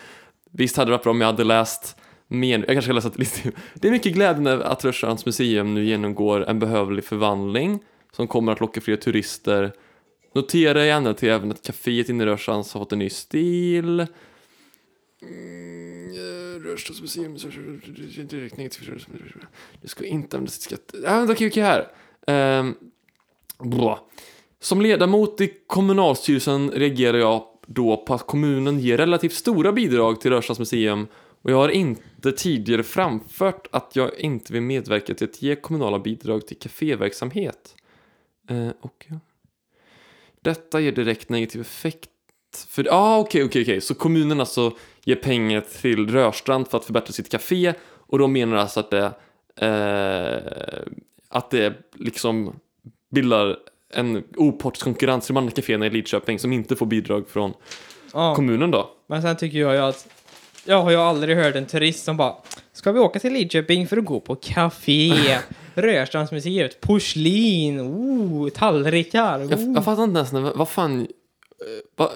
Speaker 2: Visst hade det varit bra om jag hade läst mer. Jag kanske ska läsa till listan. Det är mycket glädjande att Rörstrands museum nu genomgår en behövlig förvandling som kommer att locka fler turister. Notera gärna till även att kaféet inne i Rörstrands har fått en ny stil. Mm, eh, Rörstrands museum... riktning till- Du ska inte använda sitt skatt... Ah, vänta, okej, okej, här. Ehm, bra. Som ledamot i kommunalstyrelsen reagerar jag då på att kommunen ger relativt stora bidrag till Rörstrands museum och jag har inte tidigare framfört att jag inte vill medverka till att ge kommunala bidrag till kaféverksamhet. Eh, och ja. Detta ger direkt negativ effekt. För, ja, ah, okej, okej, okej. Så kommunen alltså ger pengar till Rörstrand för att förbättra sitt café och de menar alltså att det, eh, att det liksom bildar en opartisk konkurrens till de andra kaféerna i Lidköping som inte får bidrag från
Speaker 1: Ja,
Speaker 2: kommunen då.
Speaker 1: men sen tycker jag ju att jag har ju aldrig hört en turist som bara Ska vi åka till Lidköping för att gå på café? Rörstrandsmuseet, porslin, oh, tallrikar.
Speaker 2: Jag,
Speaker 1: Oh.
Speaker 2: jag fattar inte ens, när, vad fan... eh, vad- eh,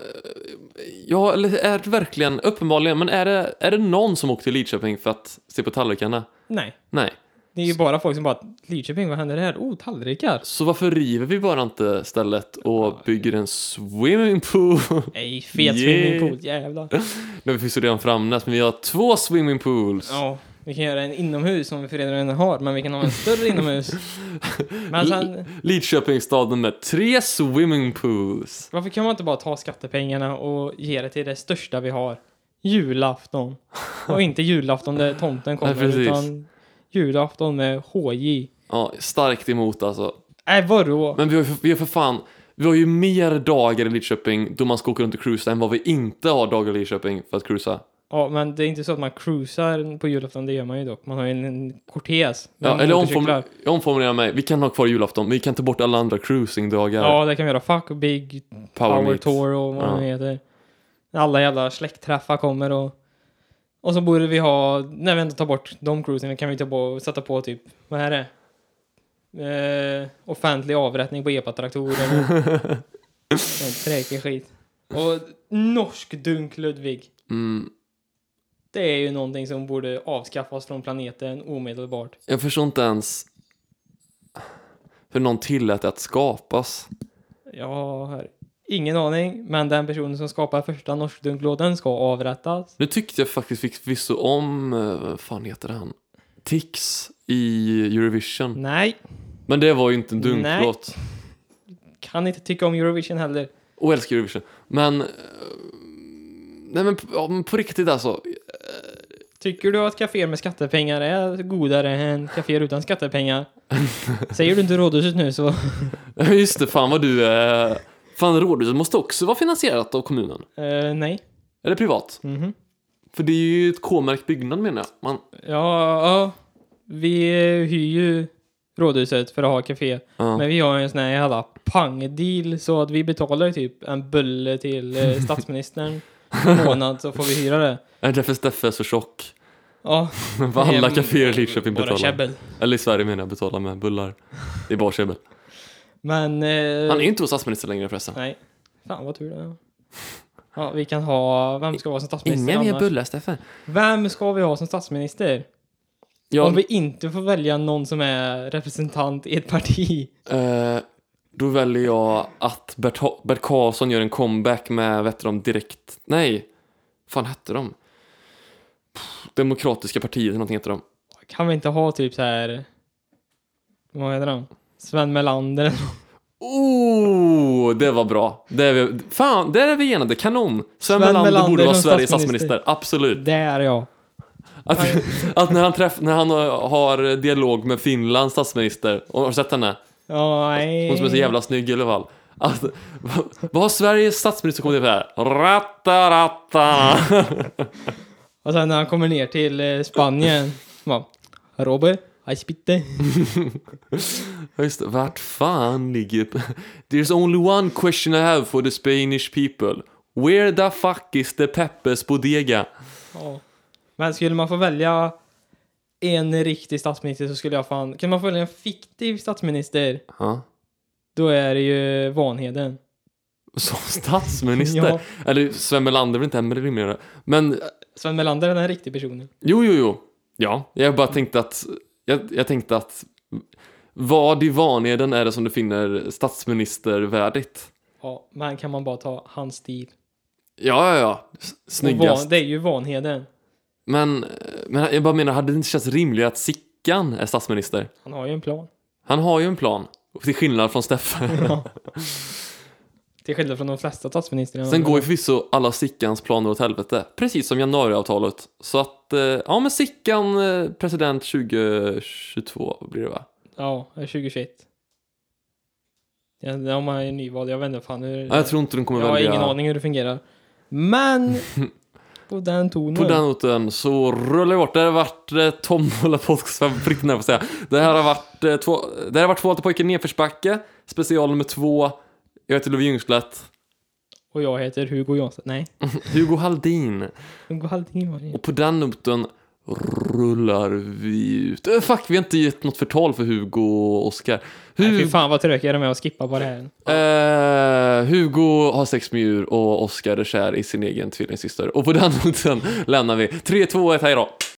Speaker 2: ja, eller är det verkligen, uppenbarligen, men är det, är det någon som åker till Lidköping för att se på tallrikarna?
Speaker 1: Nej,
Speaker 2: Nej.
Speaker 1: det är ju bara folk som bara Lidköping, vad händer här? Oh, tallrikar.
Speaker 2: Så varför river vi bara inte stället och bygger en swimmingpool?
Speaker 1: Nej, fet
Speaker 2: Yeah.
Speaker 1: swimmingpool, jävlar.
Speaker 2: Nej, vi finns ju redan Framnäs, men vi har två swimmingpools.
Speaker 1: Ja, vi kan göra en inomhus som vi för redan har, men vi kan ha en större inomhus. Men sen,
Speaker 2: Lidköpingsstaden med tre swimmingpools.
Speaker 1: varför kan man inte bara ta skattepengarna och ge det till det största vi har? Julafton. Och inte julafton där tomten kommer,
Speaker 2: Nej, precis.
Speaker 1: utan julafton med HJ.
Speaker 2: Ja, starkt emot alltså.
Speaker 1: Nej, vadå?
Speaker 2: Men vi har, ju för- vi har för fan, vi har ju mer dagar i Lidköping då man ska åka runt och cruisa än vad vi inte har dagar i Lidköping för att cruisa.
Speaker 1: Ja, men det är inte så att man cruisar på julafton, det gör man ju dock. Man har ju en- en kortes. med
Speaker 2: Ja, eller
Speaker 1: motorcyklar.
Speaker 2: omform- jag omformulerar mig, vi kan ha kvar julafton, men vi kan ta bort alla andra cruisingdagar.
Speaker 1: Ja, det kan vi göra. Fuck Big Power,
Speaker 2: meet.
Speaker 1: Tour och vad
Speaker 2: Ja.
Speaker 1: det heter. Alla jävla släktträffar kommer och... Och så borde vi ha... När vi ändå tar bort de cruisingarna kan vi ta på, sätta på typ... Vad är det? Eh, offentlig avrättning på epatraktorer. och- Fräkig skit. Och norsk dunk, Ludvig.
Speaker 2: Mm,
Speaker 1: Det är ju någonting som borde avskaffas från planeten omedelbart.
Speaker 2: jag förstår inte ens hur någon tillät det att skapas.
Speaker 1: Jag har ingen aning, men den personen som skapar första norskdunklåten ska avrättas.
Speaker 2: Nu tyckte jag faktiskt fick förvisso om, eh, vad fan heter han? Tix i Eurovision.
Speaker 1: Nej,
Speaker 2: Men det var ju inte en
Speaker 1: Nej.
Speaker 2: dunklåt.
Speaker 1: kan inte tycka om Eurovision heller.
Speaker 2: Och älskar Eurovision. Men... eh, Nej men, på- ja, men på riktigt alltså.
Speaker 1: Tycker du att kaféer med skattepengar är godare än kaféer utan skattepengar? Säger du inte rådhuset nu så...
Speaker 2: Just det, fan vad du... Eh, fan, rådhuset måste också vara finansierat av kommunen.
Speaker 1: Eh, nej.
Speaker 2: Eller privat.
Speaker 1: Mhm.
Speaker 2: För det är ju ett K-märkt byggnad menar jag. Man,
Speaker 1: Ja, ja. Vi eh, hyr ju rådhuset för att ha café.
Speaker 2: ja.
Speaker 1: Men vi har ju en sån här jävla pangdeal så att vi betalar typ en bulle till eh, statsministern per månad så får vi hyra det.
Speaker 2: Är det därför Steffe är så tjock?
Speaker 1: Ja.
Speaker 2: Vad alla
Speaker 1: Ehm,
Speaker 2: kaféer i Lidköping
Speaker 1: Bara
Speaker 2: betalar.
Speaker 1: käbbel.
Speaker 2: Eller i Sverige menar jag, betalar med bullar. Det är bara käbbel.
Speaker 1: Men... Eh,
Speaker 2: Han är ju inte vår statsminister längre förresten.
Speaker 1: Nej. Fan vad tur det är. Ja, vi kan ha... Vem ska vara som statsminister
Speaker 2: Inga mer
Speaker 1: annars?
Speaker 2: bullar Steffe.
Speaker 1: Vem ska vi ha som statsminister?
Speaker 2: Ja,
Speaker 1: Om vi inte får välja någon som är representant i ett parti.
Speaker 2: eh, då väljer jag att Bert, Ha- Bert Karlsson gör en comeback med, vet du, de direkt... Nej, fan hette de? Pff, Demokratiska partiet eller någonting heter de.
Speaker 1: Kan vi inte ha typ så här... Vad heter han? Sven Melander eller något?
Speaker 2: Oh, det var bra. Det är vi, fan, där är vi enade. Kanon. Sven, Melander, borde
Speaker 1: Melander
Speaker 2: vara
Speaker 1: som
Speaker 2: Sveriges
Speaker 1: statsminister.
Speaker 2: statsminister. Mm. Absolut.
Speaker 1: Det är jag.
Speaker 2: Att, att när han, träff, när han har- har dialog med Finlands statsminister, och har du sett henne?
Speaker 1: Ja, nej.
Speaker 2: Hon som är så jävla snygg i alla fall. Att, vad- vad har Sveriges statsminister kommit till för här? Ratta, ratta.
Speaker 1: Och sen när han kommer ner till eh, Spanien. bara, Robert, I spitte.
Speaker 2: Ja, Just det. vart fan ligger... There's only one question I have for the Spanish people. Where the fuck is the Peppes Bodega?
Speaker 1: Ja. Men skulle man få välja en riktig statsminister så skulle jag fan... Kan man få välja en fiktiv statsminister,
Speaker 2: Ja.
Speaker 1: då är det ju Vanheden.
Speaker 2: Som statsminister?
Speaker 1: Ja.
Speaker 2: Eller Sven Melander blir inte ännu rimligare. Men
Speaker 1: Sven Melander är den riktiga personen.
Speaker 2: jo, jo, jo. Ja, jag bara tänkte att... Jag, jag tänkte att... Vad i Vanheden är det som du finner statsministervärdigt?
Speaker 1: Ja, men kan man bara ta hans stil.
Speaker 2: Ja, ja, ja. S-
Speaker 1: Och
Speaker 2: Snyggast.
Speaker 1: Van, det är ju Vanheden.
Speaker 2: Men, men jag bara menar, hade det inte känts rimligare att Sickan är statsminister?
Speaker 1: Han har ju en plan.
Speaker 2: Han har ju en plan. Till skillnad från Steffe.
Speaker 1: Ja. Till skillnad från de flesta statsministrarna.
Speaker 2: Sen går ju förvisso alla Sickans planer åt helvete. Precis som januariavtalet. Så att, eh, ja men Sickan eh, president 2022 blir det va?
Speaker 1: Ja, 2021. Ja, det- om man är nyvald, jag vet inte fan hur...
Speaker 2: Ja, jag tror inte de kommer
Speaker 1: jag har
Speaker 2: välja.
Speaker 1: ingen aning hur det fungerar. Men! på den tonen.
Speaker 2: På den noten så rullar vi bort. Det här har varit eh, Tombola Podcast, jag var riktigt nära på att säga. Det här har varit eh, två, det här har varit två alter pojkar i nedförsbacke. Special nummer två. Jag heter Ludvig Ljungsklätt.
Speaker 1: Och jag heter Hugo Jansson. Nej,
Speaker 2: Hugo Haldin.
Speaker 1: Hugo Hallting var det.
Speaker 2: Och på den noten rullar vi ut. Äh, fuck, vi har inte gett något förtal för Hugo och Oscar.
Speaker 1: Nej, fy
Speaker 2: Hugo,
Speaker 1: fan vad trökiga de är att skippa på det här.
Speaker 2: eh, Hugo har sex med djur och Oscar är kär i sin egen tvillingsyster. Och på den noten lämnar vi. 3, 2, 1, hej då!